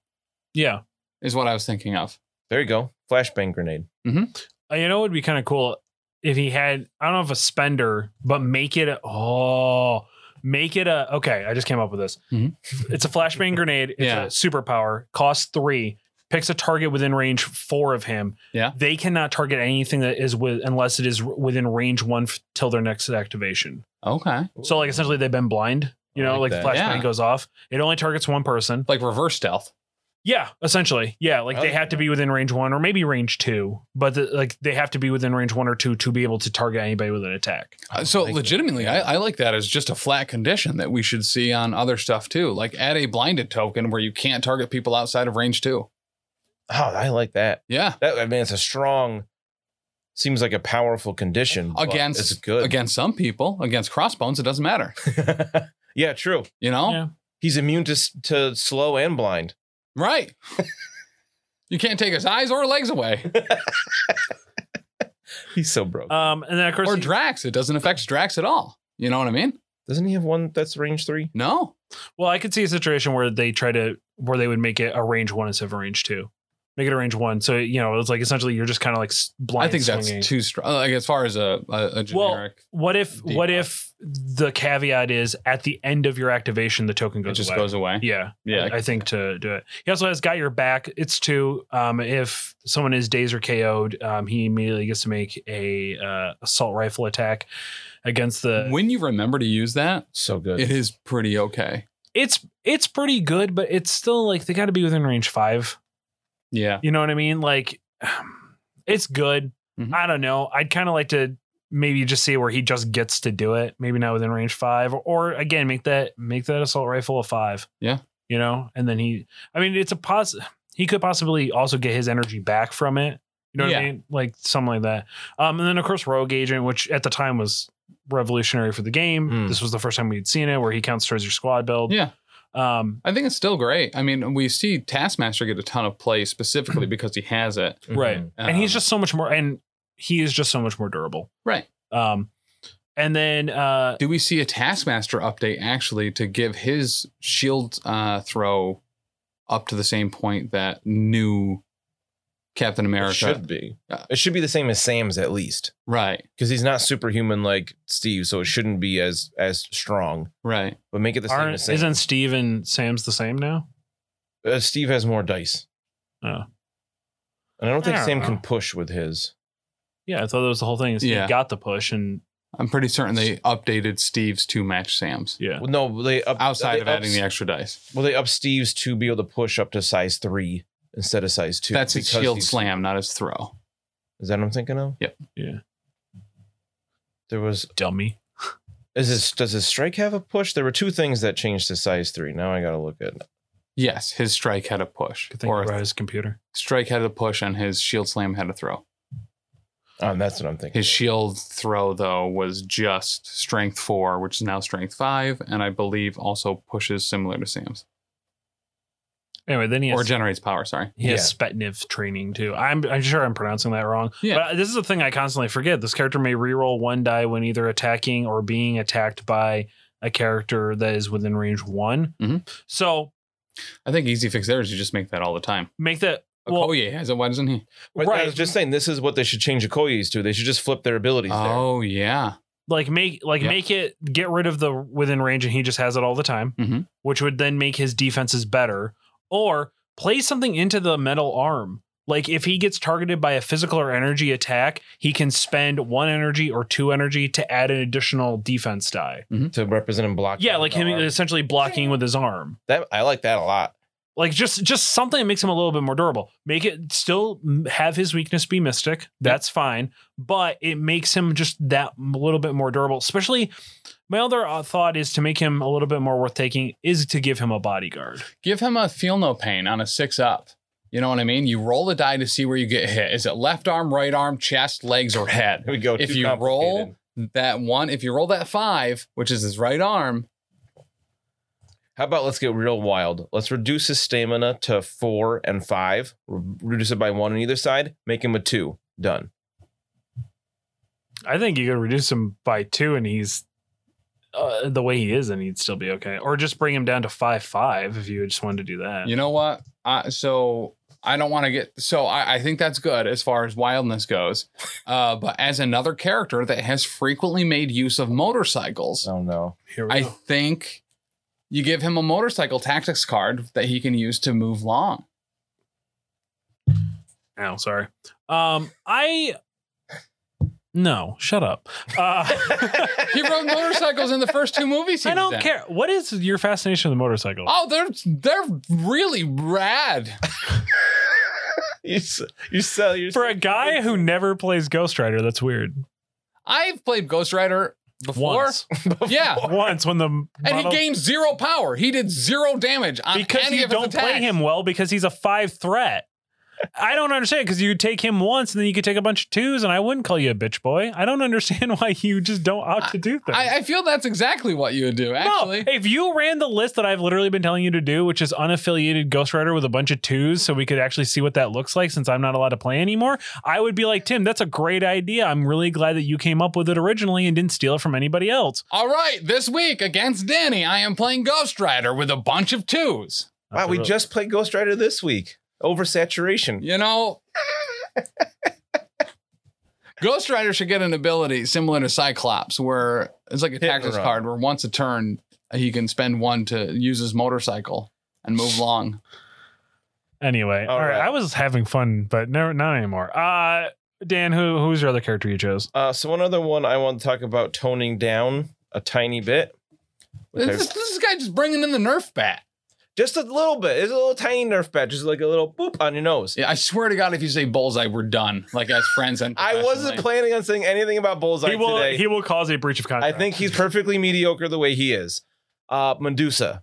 S2: Yeah.
S1: is what I was thinking of.
S3: There you go. Flashbang grenade.
S2: Uh, You know, it would be kind of cool if he had, I don't know if a spender, but make it, a, oh, make it a, okay, I just came up with this.
S1: Mhm.
S2: It's a flashbang grenade. It's
S1: Yeah.
S2: a superpower, costs three, picks a target within range four of him.
S1: Yeah.
S2: They cannot target anything that is with, unless it is within range one f- till their next activation.
S1: Okay.
S2: So, like, essentially, they've been blind. You
S3: I
S2: know,
S3: like
S2: like, the
S3: that.
S2: flashbang
S1: Yeah.
S2: goes off. It only targets one person.
S1: Like reverse stealth.
S2: Yeah, essentially. Yeah, like they
S3: Oh.
S2: have to be within range one or maybe range two, but the, like they have to be within range one or two to be able to target anybody with an attack.
S1: Uh, so legitimately, I, I like that as just a flat condition that we should see on other stuff too. Like add a blinded token where you can't target people outside of range two.
S3: Oh, I like that.
S1: Yeah.
S3: That I mean, it's a strong. Seems like a powerful condition. but
S1: Uh, Against
S3: it's good.
S1: against some people, against crossbones, it doesn't matter.
S3: (laughs) yeah, true.
S1: You know?
S2: Yeah.
S3: He's immune to s- to slow and blind. (laughs)
S1: Right. (laughs) you can't take his eyes or legs away.
S3: He's so broke.
S2: Um, and then of course,
S1: Or
S2: he-
S1: Drax. It doesn't affect Drax at all. You know what I mean?
S3: Doesn't he have one that's range three?
S1: No.
S2: well, I could see a situation where they try to where they would make it a range one instead of a range two, make it a range one. So you know, it's like essentially you're just kind of like s- blind.
S1: I think
S2: swinging.
S1: that's too strong. Like as far as a, a, a
S2: Well,
S1: generic.
S2: What if
S1: Deep
S2: what
S1: cut.
S2: if the caveat is at the end of your activation the token
S1: it
S2: goes
S1: just
S2: away?
S1: goes away.
S2: yeah,
S1: Yeah.
S2: I think to do it. He also has got your back. It's two. Um, if someone is dazed or KO'd, um, he immediately gets to make a uh, assault rifle attack against the.
S1: when you remember to use that,
S3: So good.
S1: it is pretty okay.
S2: it's it's pretty good, but it's still like they got to be within range five.
S1: Yeah.
S2: You know what I mean? Like, (sighs) it's good.
S1: Mhm.
S2: I don't know. I'd kind of like to maybe just see where he just gets to do it. Maybe not within range five, or, or again make that make that assault rifle a five.
S1: Yeah.
S2: you know, and then he. I mean, it's a pos. He could possibly also get his energy back from it. You know what I
S1: Yeah.
S2: mean? Like something like that. Um, and then of course Rogue Agent, which at the time was revolutionary for the game.
S3: Hmm.
S2: This was the first time we'd seen it, where he counts towards your squad build.
S1: Yeah.
S2: Um,
S1: I think it's still great. I mean, we see Taskmaster get a ton of play
S3: (clears throat)
S1: specifically because he has it.
S3: Mm-hmm.
S2: right. and he's
S1: Um,
S2: just so much more, and he is just so much more durable.
S1: right.
S2: Um, and then uh,
S1: Do we see a Taskmaster update actually to give his shield uh, throw up to the same point that new Captain
S3: It
S1: America?
S3: should be.
S1: Yeah.
S3: It should be the same as Sam's at least,
S1: Right,
S3: because he's not superhuman like Steve, so it shouldn't be as as strong.
S1: right.
S3: But make it the same
S2: aren't,
S3: as Sam.
S2: isn't Steve and Sam's the same now?
S3: uh, Steve has more dice.
S2: Oh.
S3: And I don't think
S2: I don't
S3: Sam
S2: know.
S3: can push with his.
S2: Yeah, I thought that was the whole thing. Is
S1: Yeah.
S2: He got the push, and
S1: I'm pretty certain they updated Steve's to match Sam's
S2: yeah,
S3: Well, no, they up,
S1: outside
S3: they
S1: of adding
S3: ups-
S1: the extra dice.
S3: Well, they up Steve's to be able to push up to size three instead of size two.
S1: That's his
S3: because
S1: shield
S3: he's-
S1: slam, not his throw.
S3: Is that what I'm thinking of?
S1: Yep.
S2: Yeah.
S3: There was.
S2: dummy.
S3: Is this does his strike have a push? There were two things that changed to size three. Now I gotta look at. it.
S1: Yes, his strike had a push,
S2: Good thing
S1: or
S2: about his computer.
S1: strike had a push, and his shield slam had a throw.
S3: Oh, that's what I'm thinking.
S1: His shield throw, though, was just strength four, which is now strength five, and I believe also pushes similar to Sam's
S2: Anyway, then he has,
S1: or generates power. Sorry.
S2: he has
S3: Yeah.
S2: Spetniv training too. I'm I'm sure I'm pronouncing that wrong.
S1: Yeah.
S2: But this is the thing I constantly forget. This character may reroll one die when either attacking or being attacked by a character that is within range one.
S3: Mm-hmm.
S1: Mhm.
S2: So
S1: I think easy fix there is you just make that all the time.
S2: make that
S1: Well,
S2: Well-
S1: Okoye has it. Why doesn't he?
S3: But I
S2: right.
S3: was just saying this is what they should change Okoye's to. They should just flip their abilities. there.
S1: Oh yeah,
S2: like make like
S1: Yeah.
S2: make it get rid of the within range and he just has it all the time
S3: Mm-hmm.
S1: Mhm.
S2: which would then make his defenses better or play something into the metal arm like if he gets targeted by a physical or energy attack he can spend one energy or two energy to add an additional defense die
S3: to represent and block.
S2: yeah like him
S3: Arm.
S2: essentially blocking with his arm
S3: That I like that a lot.
S2: like just just something that makes him a little bit more durable make it still m- have his weakness be mystic that's fine but it makes him just that m- little bit more durable especially my other uh, thought is to make him a little bit more worth taking is to give him a bodyguard
S1: give him a feel no pain on a six up. You know what I mean? You roll the die to see where you get hit. Is it left arm, right arm, chest, legs, or head?
S3: Here we go.
S1: If
S3: Too
S1: you roll
S3: complicated.
S1: that one, if you roll that five, which is his right arm,
S3: how about let's get real wild? Let's reduce his stamina to four and five. Re- Reduce it by one on either side. Make him a two. Done.
S2: i think you could reduce him by two and he's uh, the way he is and he'd still be okay or just bring him down to five five if you just wanted to do that
S1: You know what? Uh, so I don't want to get so I, I think that's good as far as wildness goes. Uh, but as another character that has frequently made use of motorcycles,
S3: Oh no.
S2: Here we
S1: I
S2: go.
S1: think you give him a motorcycle tactics card that he can use to move long.
S2: Ow, sorry. Um, I No, shut up. Uh,
S1: He rode motorcycles in the first two movies. He
S2: I
S1: was
S2: don't
S1: in.
S2: care. What is your fascination with the motorcycle?
S1: Oh, they're they're really rad.
S3: (laughs) you, s- you sell your
S2: For a guy who never plays Ghost Rider, that's weird.
S1: I've played Ghost Rider before. (laughs)
S2: Once, (laughs)
S1: Yeah.
S2: once when the
S1: And he
S2: model-
S1: gained zero power. He did zero damage on
S2: because
S1: any
S2: you
S1: of his
S2: don't
S1: attacks.
S2: play him well because he's a five threat. I don't understand because you take him once and then you could take a bunch of twos and I wouldn't call you a bitch boy. I don't (laughs) understand why you just don't opt to do things.
S1: I, I feel that's exactly what you would do. Actually,
S2: No, if you ran the list that I've literally been telling you to do, which is unaffiliated Ghost Rider with a bunch of twos, so we could actually see what that looks like since I'm not allowed to play anymore, I would be like, Tim, that's a great idea. I'm really glad that you came up with it originally and didn't steal it from anybody else.
S1: all right. This week against Danny, I am playing Ghost Rider with a bunch of twos.
S3: Wow, we just played Ghost Rider this week. Oversaturation.
S1: You
S3: (laughs)
S1: know, Ghost Rider should get an ability similar to Cyclops, where it's like a
S3: Hit and
S1: tactics
S3: run.
S1: card, where once a turn he can spend one to use his motorcycle and move along.
S2: Anyway,
S3: All
S2: all right.
S3: right.
S2: I was having fun, but never, not anymore. Uh, Dan, who who's your other character you chose?
S3: Uh, so one other one I want to talk about toning down a tiny bit. which I've-
S1: This, this guy just bringing in the Nerf bat.
S3: just a little bit. It's a little tiny Nerf bat, just like a little boop on your nose.
S1: Yeah, I swear to God, if you say bullseye, we're done. Like as friends and
S3: (laughs) I wasn't
S1: professionally.
S3: planning on saying anything about Bullseye
S2: he will
S3: today.
S2: he will cause a breach of
S3: I
S2: contract.
S3: think he's perfectly mediocre the way he is. Uh, Medusa.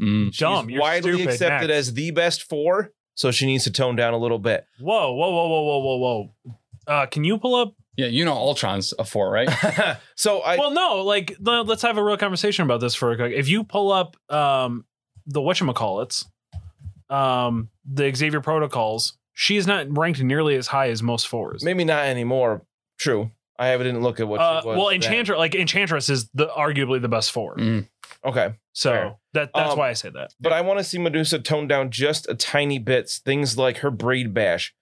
S1: Mm.
S2: dumb.
S3: She's
S2: You're
S3: widely
S2: stupid.
S3: accepted
S2: Next.
S3: as the best four, so she needs to tone down a
S2: (laughs)
S3: little bit.
S2: whoa, whoa, whoa, whoa, whoa, whoa, whoa. Uh, can you pull up
S1: Yeah, you know Ultron's a four,
S3: (laughs)
S1: right?
S3: so I
S2: well no like le- let's have a real conversation about this for a quick if you pull up um the whatchamacallits um the xavier protocols she is not ranked nearly as high as most fours
S3: maybe not anymore. True. I haven't didn't look at what.
S2: uh,
S3: she was
S2: well
S3: then.
S2: enchantress like enchantress is the arguably the best four
S1: Mm.
S3: Okay,
S2: so
S3: fair.
S2: that that's
S3: Um,
S2: why i say that
S3: but I want to see Medusa tone down just a tiny bit. Things like her braid bash.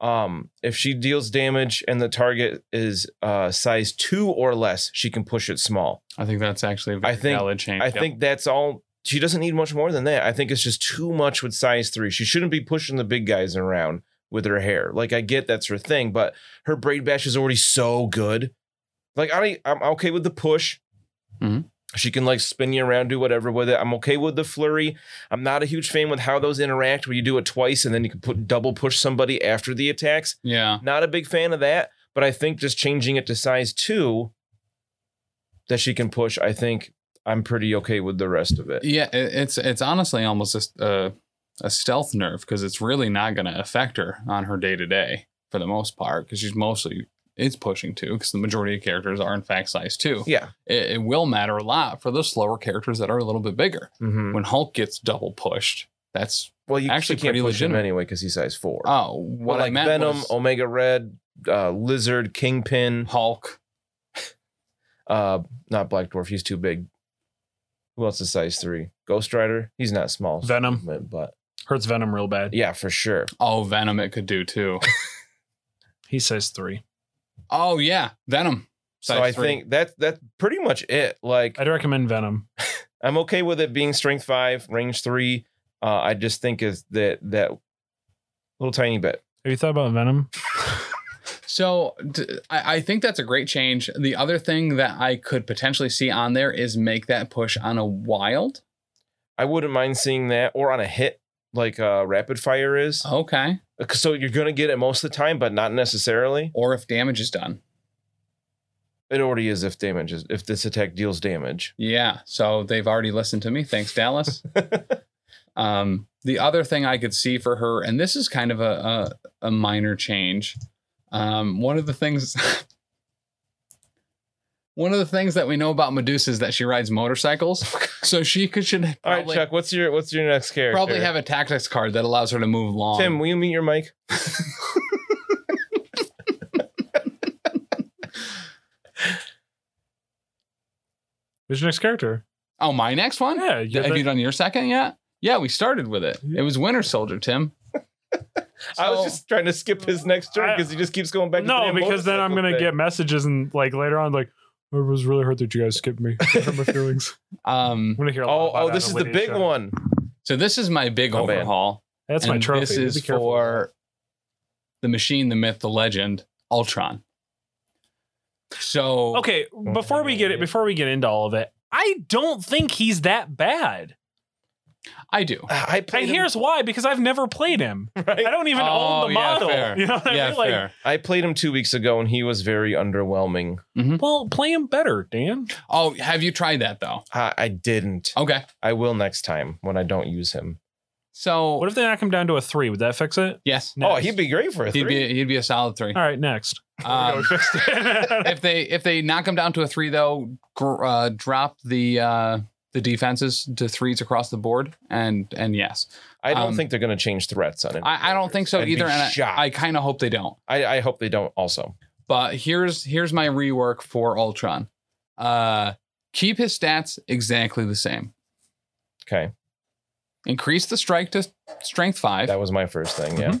S3: Um, if she deals damage and the target is uh size two or less, she can push it small.
S1: I think that's actually a very
S3: I think-
S1: valid change.
S3: I
S1: Yep.
S3: think that's all. She doesn't need much more than that. I think it's just too much with size three. She shouldn't be pushing the big guys around with her hair. Like I get that's her thing, but her braid bash is already so good. Like I, I'm okay with the push.
S1: Mhm.
S3: She can like spin you around, do whatever with it. I'm okay with the flurry. I'm not a huge fan with how those interact, where you do it twice and then you can put double push somebody after the attacks.
S1: Yeah.
S3: Not a big fan of that, but I think just changing it to size two that she can push, I think I'm pretty okay with the rest of it.
S1: Yeah, it, it's it's honestly almost just a, a stealth nerve because it's really not going to affect her on her day to day for the most part because she's mostly it's pushing two because the majority of characters are in fact size two.
S3: Yeah.
S1: It, it will matter a lot for the slower characters that are a little bit bigger.
S3: Mm-hmm.
S1: When Hulk gets double pushed, that's
S3: Well, you
S1: Actually
S3: actually can't
S1: pretty
S3: push
S1: legitimate.
S3: him anyway because he's size four.
S1: oh what
S3: But,
S1: I
S3: like
S1: meant
S3: Venom,
S1: was
S3: Omega Red, uh, Lizard, Kingpin,
S1: Hulk.
S3: uh, not Black Dwarf. He's too big. Who else is size three? Ghost Rider. He's not small.
S2: venom
S3: But
S2: hurts venom real bad
S3: yeah, for sure.
S1: Oh, Venom it could do too.
S2: he says three
S1: oh yeah, Venom.
S3: so
S1: Size
S3: I
S1: three.
S3: think that that's pretty much it. Like
S2: i'd recommend venom
S3: I'm okay with it being strength five, range three. Uh, I just think is that that little tiny bit.
S2: have you thought about venom
S1: So d- I, I think that's a great change. The other thing that I could potentially see on there is make that push on a wild.
S3: I wouldn't mind seeing that or on a hit like uh, rapid fire is. Uh,
S1: Okay.
S3: So you're gonna get it most of the time, but not necessarily.
S1: Or if damage is done.
S3: It already is if damage is if this attack deals damage.
S1: Yeah. So they've already listened to me. Thanks,
S3: (laughs)
S1: Dallas. um, the other thing I could see for her, and this is kind of a a, a minor change. Um, one of the things. (laughs) One of the things that we know about Medusa is that she rides
S3: (laughs)
S1: motorcycles, so she could should
S3: All right,
S1: probably,
S3: Chuck, what's your what's your next character?
S1: probably have a tactics card that allows her to move long.
S3: Tim. Will you mute your mic?
S2: who's your next character
S1: Oh, my next one?
S2: yeah you got
S1: Have
S2: that-
S1: you done your second yet? Yeah, we started with it. It was Winter Soldier, Tim.
S3: I
S1: So-
S3: was just trying to skip his next turn because he just keeps going back. to the
S2: Mm, no
S3: damn
S2: because then i'm gonna
S3: motorcycle
S2: get messages and like later on like it was really hurt that you guys skipped me. I
S3: (laughs)
S2: hurt my feelings.
S1: Um,
S2: I'm gonna hear.
S3: thing.
S2: A lot
S3: Oh,
S2: about
S3: oh,
S2: that
S3: this
S2: on
S3: is the
S2: Whitney's
S3: big
S2: show.
S3: one.
S1: so this is my big
S3: Oh, man.
S1: overhaul.
S2: That's my
S1: and
S2: trophy.
S1: This
S2: Be
S1: is
S2: careful.
S1: for the machine, the myth, the legend, Ultron. So
S2: Okay, before we get it, before we get into all of it, I don't think he's that bad.
S1: I do.
S3: I played.
S2: And
S3: him,
S2: here's why: because I've never played him.
S3: (laughs) right?
S2: I don't even
S1: Oh,
S2: own the
S1: yeah,
S2: model.
S1: fair.
S2: You know what (laughs) I
S1: yeah,
S2: mean? Like,
S1: fair.
S3: I played him two weeks ago, and he was very underwhelming.
S2: well, play him better, Dan.
S1: Oh, have you tried that though?
S3: I, I didn't.
S1: Okay.
S3: I will next time when I don't use him.
S1: So
S2: What if they knock him down to a three? Would that fix it?
S1: yes,
S3: Oh,
S2: Next.
S3: he'd be great for a
S1: he'd
S3: three.
S1: be he'd be a solid three.
S2: All right, next.
S1: Um, if they if they knock him down to a three though, gr- uh, drop the uh, the defenses to threes across the board, and and yes,
S3: I don't
S1: um,
S3: think they're going to change threats on it.
S1: I, I don't think so
S3: I'd be
S1: either, and
S3: shocked.
S1: I, I kind of hope they don't.
S3: I, I hope they don't. Also,
S1: But here's here's my rework for Ultron. Uh, keep his stats exactly the same.
S3: okay,
S1: Increase the strike to strength five.
S3: that was my first thing. Yeah,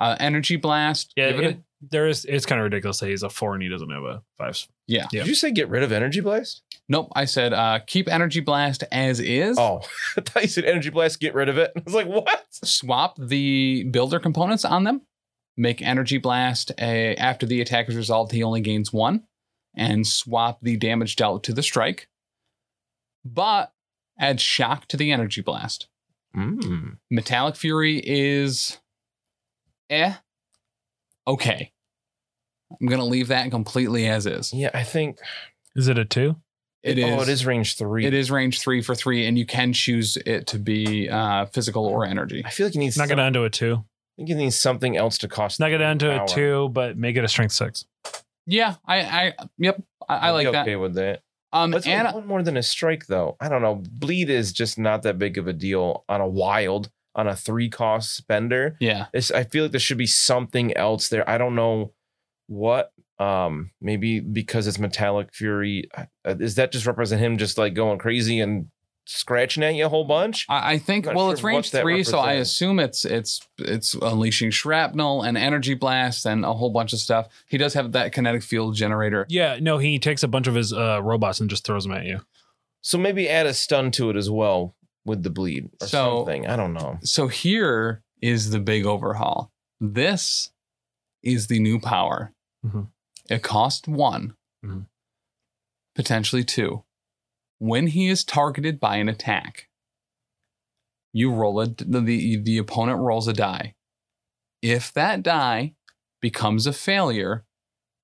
S1: Uh, energy blast.
S2: (laughs)
S1: (laughs)
S2: Yeah,
S1: give it a-
S2: it- there is. It's kind of ridiculous that he's a four and he doesn't have a five. Yeah.
S3: did you say get rid of energy blast?
S1: nope. I said uh, keep energy blast as is.
S3: Oh, (laughs) I thought you said energy blast. Get rid of it. (laughs) I was like, what?
S1: swap the builder components on them, make energy blast a, after the attack is resolved, he only gains one, and swap the damage dealt to the strike. But add shock to the energy blast.
S3: Mm.
S1: Metallic Fury is eh. Okay. I'm gonna leave that completely as is.
S3: Yeah, I think
S2: Is it a two?
S1: It is
S3: Oh, it is range three.
S1: it is range three for three, and you can choose it to be uh, physical or energy.
S3: I feel like you need.
S2: Knock it
S3: some-
S2: down to a two.
S3: I think you need something else to cost.
S2: Knock it down to
S3: power.
S2: a two, but make it a strength six.
S1: Yeah, I, I yep, I, I
S3: I'd
S1: like
S3: be
S1: that.
S3: Okay with that.
S1: Um,
S3: Let's
S1: and
S3: make one more than a strike, though. I don't know. Bleed is just not that big of a deal on a wild, on a three cost spender.
S1: yeah,
S3: It's, I feel like there should be something else there. I don't know what. Um, maybe because it's Metallic Fury. Uh, Is that just represent him just like going crazy and scratching at you a whole bunch?
S1: I, I think.
S3: I'm not
S1: Well,
S3: sure
S1: it's range
S3: what that
S1: three, so I
S3: represents.
S1: assume it's it's it's unleashing shrapnel and energy blast and a whole bunch of stuff. He does have that kinetic field generator.
S2: Yeah, no, he takes a bunch of his uh, robots and just throws them at you.
S3: So maybe add a stun to it as well with the bleed or
S1: So-
S3: something. I don't know.
S1: So here is the big overhaul. This is the new power.
S2: Mhm.
S1: It costs one,
S2: Mhm.
S1: potentially two. When he is targeted by an attack, you roll a the, the the opponent rolls a die. If that die becomes a failure,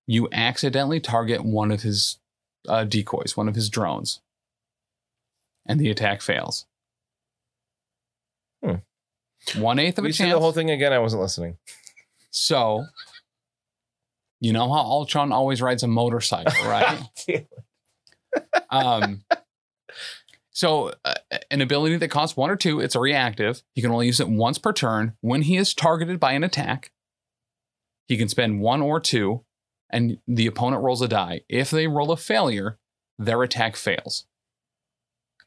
S1: you accidentally target one of his uh, decoys, one of his drones, and the attack fails.
S3: Hmm.
S1: One eighth of
S3: We
S1: a
S3: see
S1: chance.
S3: the whole thing again. I wasn't listening.
S1: So, you know how Ultron always rides a motorcycle, right? um, so, uh, an ability that costs one or two, it's a reactive. He can only use it once per turn. When he is targeted by an attack, he can spend one or two, and the opponent rolls a die. If they roll a failure, their attack fails.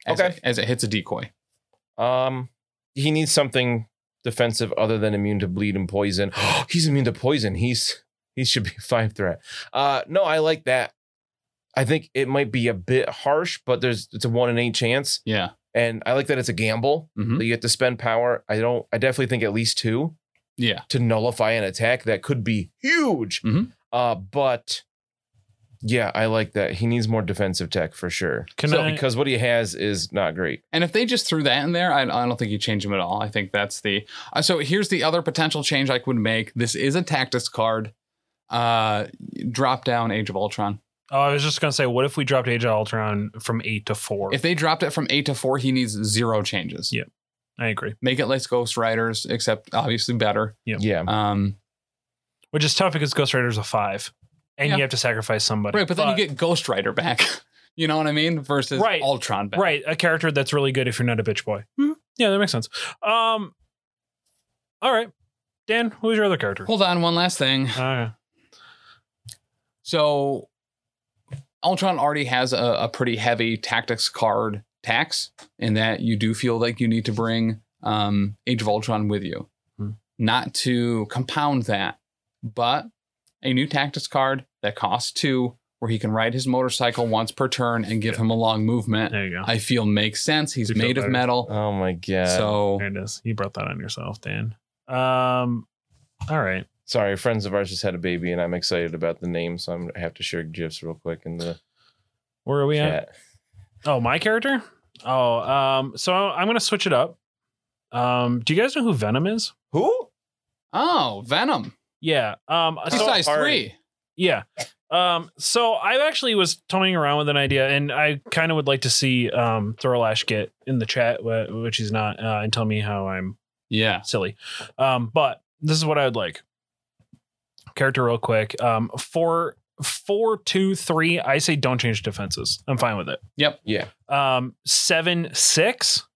S1: As
S3: Okay.
S1: It, as it hits a decoy.
S3: Um, he needs something defensive other than immune to bleed and poison. (gasps) he's immune to poison. He's he should be (laughs) five threat. Uh, no, I like that. I think it might be a bit harsh, but there's it's a one in eight chance,
S1: Yeah.
S3: and I like that it's a gamble
S2: Hmm?
S1: Mhm.
S3: that you have to spend power. I don't. I definitely think at least two
S1: Yeah.
S3: to nullify an attack that could be huge.
S2: Mm-hmm.
S1: Mhm.
S3: Uh, but yeah, I like that. He needs more defensive tech for sure.
S2: Can
S3: So-
S2: I-
S3: because what he has is not great.
S1: And if they just threw that in there, I, I don't think you change them at all. I think that's the. Uh, so here's the other potential change I would make. This is a tactics card. Uh, drop down Age of Ultron.
S2: Oh, I was just gonna say, what if we dropped Age of Ultron from eight to four?
S1: If they dropped it from eight to four, he needs zero changes.
S2: Yeah. I agree.
S1: Make it like Ghost Riders, except obviously better.
S3: Yeah.
S1: Um,
S2: Which is tough because Ghost Rider's a five, and
S1: Yeah.
S2: you have to sacrifice somebody.
S1: right, but then you get Ghost Rider back. (laughs) you know what I mean? Versus
S2: Right.
S1: Ultron back.
S2: right a character that's really good if you're not a bitch boy. Hmm. Yeah, that makes sense. Um, all right, Dan, who's your other character?
S1: Hold on, one last thing.
S2: Uh,
S1: So Ultron already has a, a pretty heavy tactics card tax in that you do feel like you need to bring um, Age of Ultron with you.
S2: Hmm.
S1: Not to compound that, but a new tactics card that costs two, where he can ride his motorcycle once per turn and give him a long movement,
S2: there you go.
S1: I feel makes sense. He's
S2: You feel
S1: made of
S2: better. Uh,
S1: metal.
S3: Oh my god.
S1: So
S2: There it is. You brought that on yourself, Dan. Um, all right.
S3: Sorry, friends of ours just had a baby, and I'm excited about the name, so I'm I have to share gifs real quick in the
S2: Where are we at?
S3: chat.
S2: Oh, my character? Oh, um, so I'm gonna switch it up. Um, do you guys know who Venom is?
S3: Who?
S1: Oh, Venom.
S2: Yeah. Um
S1: He's
S2: so-
S1: size
S3: already-
S1: three.
S2: yeah. Um, so I actually was toying around with an idea, and I kind of would like to see um Thorlash get in the chat, wh- which he's not, uh, and tell me how I'm
S1: Yeah.
S2: silly. Um, but this is what I would like. Character real quick. Um four four two three. I say don't change defenses. I'm fine with it.
S3: Yeah.
S2: Um seven six.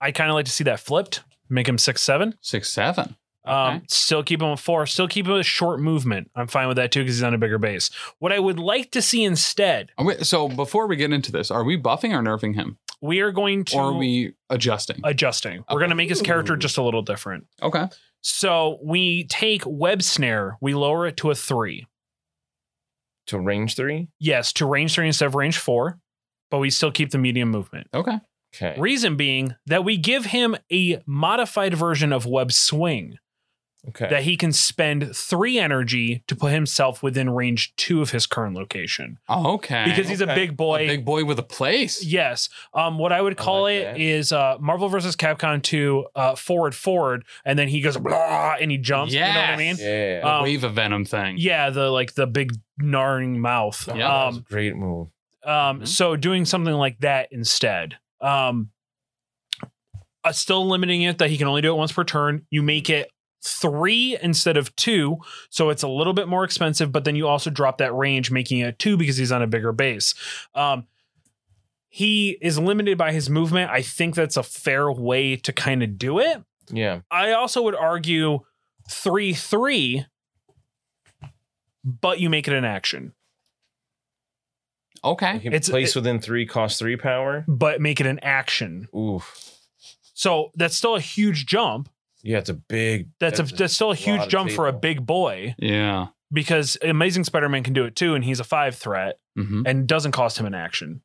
S2: I kind of like to see that flipped. Make him six seven.
S1: Six seven.
S2: Um,
S1: Okay.
S2: still keep him a four. Still keep him a short movement. I'm fine with that too because he's on a bigger base. What I would like to see instead,
S1: Are we- so before we get into this, are we buffing or nerfing him,
S2: we are going to
S1: or are we adjusting?
S2: adjusting. We're
S1: Okay.
S2: going to make his character
S3: Ooh.
S2: just a little different.
S1: Okay.
S2: So we take web snare, we lower it to a three.
S3: To range three.
S2: Yes, to range three instead of range four, but we still keep the medium movement.
S1: Okay.
S3: Okay.
S2: Reason being that we give him a modified version of web swing
S3: Okay.
S2: that he can spend three energy to put himself within range two of his current location
S1: Okay.
S2: because he's a
S3: Okay.
S2: big
S1: a
S2: boy.
S1: big boy with a place.
S2: Yes. Um, what I would
S3: I
S2: call
S3: like
S2: it is
S3: that.
S2: uh, Marvel versus Capcom 2 uh, forward, forward. And then he goes blah and he jumps. You know what I
S1: Yes.
S2: mean?
S3: yeah.
S1: The
S2: um,
S1: wave of venom thing.
S2: Yeah. The like the big gnarring mouth.
S3: Oh,
S1: yeah.
S3: that
S2: Um,
S3: was a great move.
S2: um,
S1: Mhm.
S2: So doing something like that instead. Um, uh, still limiting it that he can only do it once per turn. You make it three instead of two, so it's a little bit more expensive. But then you also drop that range, making it two because he's on a bigger base. Um, he is limited by his movement. I think that's a fair way to kind of do it.
S3: Yeah.
S2: I also would argue three three, but you make it an action,
S1: Okay.
S3: He
S2: It's-
S3: place within three, cost three power.
S2: but make it an action.
S3: Oof.
S2: So that's still a huge jump.
S3: Yeah, it's a big.
S2: That's, a, that's still a
S3: lot
S2: huge
S3: of
S2: jump for a
S3: people.
S2: big boy
S1: Yeah.
S2: because Amazing Spider-Man can do it too, and he's a five threat
S1: hmm
S2: and doesn't cost him an action.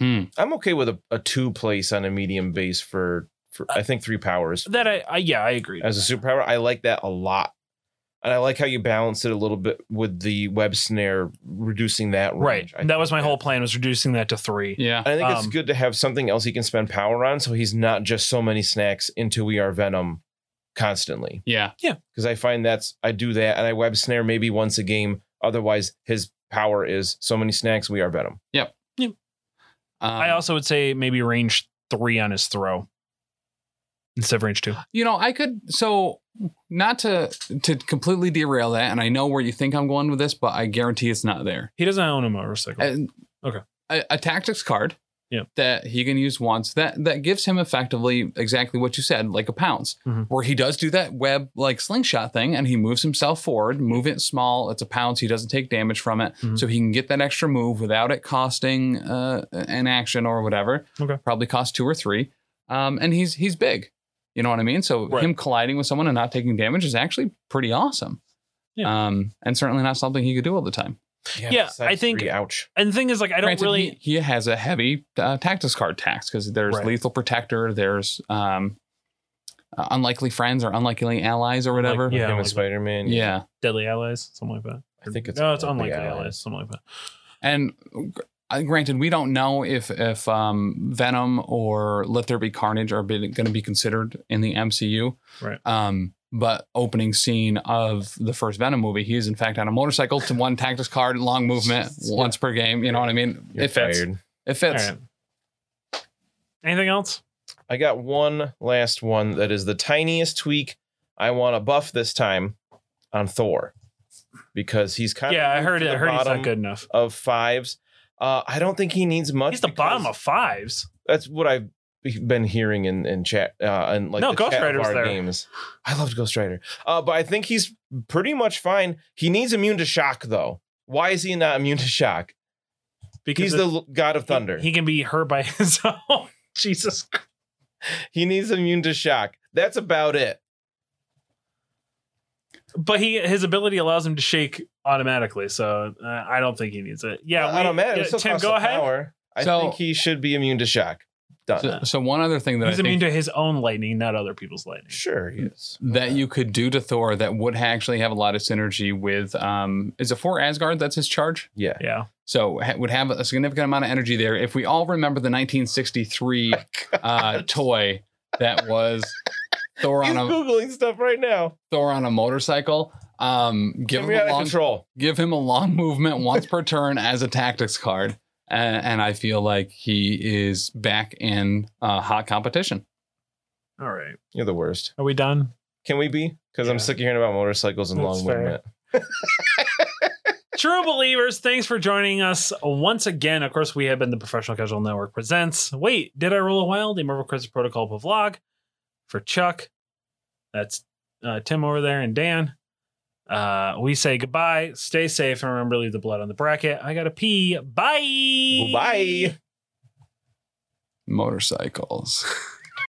S3: I'm okay with a, a two place on a medium base for, for
S2: Uh,
S3: I think three powers
S2: That I, I yeah I agree.
S3: as a superpower. I like that a lot, and I like how you balance it a little bit with the web snare, reducing that range.
S2: right,
S3: I
S2: and that
S3: think
S2: was my whole plan was reducing that to three.
S1: Yeah.
S3: And I think it's
S2: Um,
S3: good to have something else he can spend power on, so he's not just so many snacks into we are Venom constantly.
S1: Yeah.
S3: Because I find that's I do that, and I web snare maybe once a game. Otherwise, his power is so many snacks. We are Venom.
S1: Um,
S2: I also would say maybe range three on his throw instead of range two.
S1: you know, I could so not to to completely derail that, and I know where you think I'm going with this, but I guarantee it's not there.
S2: He doesn't own a motorcycle.
S1: And-
S2: Okay.
S1: A, a tactics card.
S2: Yeah.
S1: That he can use once that that gives him effectively exactly what you said, like a pounce,
S2: Mhm.
S1: where he does do that web like slingshot thing, and he moves himself forward, move it small. It's a pounce. He doesn't take damage from it,
S2: Mhm.
S1: so he can get that extra move without it costing uh, an action or whatever.
S2: Okay.
S1: Probably cost two or three, um, and he's he's big. You know what I mean? So
S2: Right.
S1: him colliding with someone and not taking damage is actually pretty awesome.
S2: Yeah.
S1: Um, and certainly not something he could do all the time.
S2: Yeah,
S3: besides
S2: I think-
S3: three, ouch.
S2: and the thing is, like, I don't
S1: Granted,
S2: really.
S1: He, he has a heavy uh, tactics card tax because there's
S2: Right.
S1: lethal protector, there's um, uh, unlikely friends or unlikely allies or whatever.
S2: yeah,
S3: him
S2: like-
S3: and Spider Man.
S1: yeah,
S2: deadly allies, something like that.
S3: I think it's
S2: no, it's unlikely
S3: unlikely
S2: allies.
S3: allies,
S2: something like that.
S1: and gr- uh, granted, we don't know if if um, Venom or Let There Be Carnage are going to be considered in the MCU.
S2: Right.
S1: Um, but opening scene of the first Venom movie, he is in fact on a motorcycle to one tactics card, long
S2: (laughs)
S1: movement,
S3: Yeah.
S1: once per game. You know what I mean?
S3: You're
S1: it fits.
S3: fired.
S1: It fits.
S2: All right. Anything else?
S3: I got one last one that is the tiniest tweak. I want to buff this time on Thor because he's kind
S2: Yeah,
S3: of
S2: I
S3: moved
S2: heard
S3: to
S2: it. I
S3: the
S2: heard he's
S3: bottom
S2: not good enough.
S3: of fives. Uh, I don't think he needs much.
S2: He's the bottom
S3: because
S2: of fives.
S3: That's what I've been hearing in in chat uh, and like
S2: No,
S3: the
S2: Ghost
S3: chat of
S2: Rider's
S3: our
S2: there.
S3: games. I loved Ghost Rider, uh, but I think he's pretty much fine. He needs immune to shock though. Why is he not immune to shock?
S2: Because
S3: He's
S2: it-
S3: the l- god of thunder.
S2: He, he can be hurt by (laughs) his own. Jesus. Christ.
S3: he needs immune to shock. That's about it.
S2: But he his ability allows him to shake automatically, so uh, I don't think he needs it. Yeah,
S3: Well,
S2: we-
S3: I don't matter. It
S2: yeah,
S3: still
S2: Tim,
S3: costs
S2: go
S3: a
S2: ahead.
S3: power. I
S1: So-
S3: think he should be immune to shock. Done.
S1: So, so one other thing that
S2: He's
S1: I think
S2: immune to his own lightning, not other people's lightning.
S3: sure, yes.
S1: that you could do to Thor that would actually have a lot of synergy with um is it for Asgard that's his charge?
S3: Yeah.
S2: Yeah.
S1: So ha- would have a significant amount of energy there. If we all remember the
S3: (laughs)
S1: 1963
S3: Oh
S1: uh, toy that was Thor on
S3: He's
S1: a
S3: googling stuff right now.
S1: Thor on a motorcycle. Um, give
S3: Get
S1: him
S3: me
S1: a
S3: out of
S1: long
S3: control.
S1: give him a long movement once per turn as a tactics card, and, and I feel like he is back in uh, hot competition.
S2: All right.
S3: You're the worst.
S2: Are we done?
S3: Can we be? Because I'm
S2: Yeah.
S3: sick of hearing about motorcycles and
S2: That's
S3: long
S2: fair.
S3: movement.
S2: True believers, thanks for joining us once again. Of course, we have been the Professional Casual Network presents. Wait, did I roll a wild? The Marvel Crisis Protocol vlog for Chuck. That's uh, Tim over there and Dan. Uh, we say goodbye. Stay safe and remember to leave the blood on the bracket. I gotta pee. Bye.
S3: Bye.
S1: Motorcycles.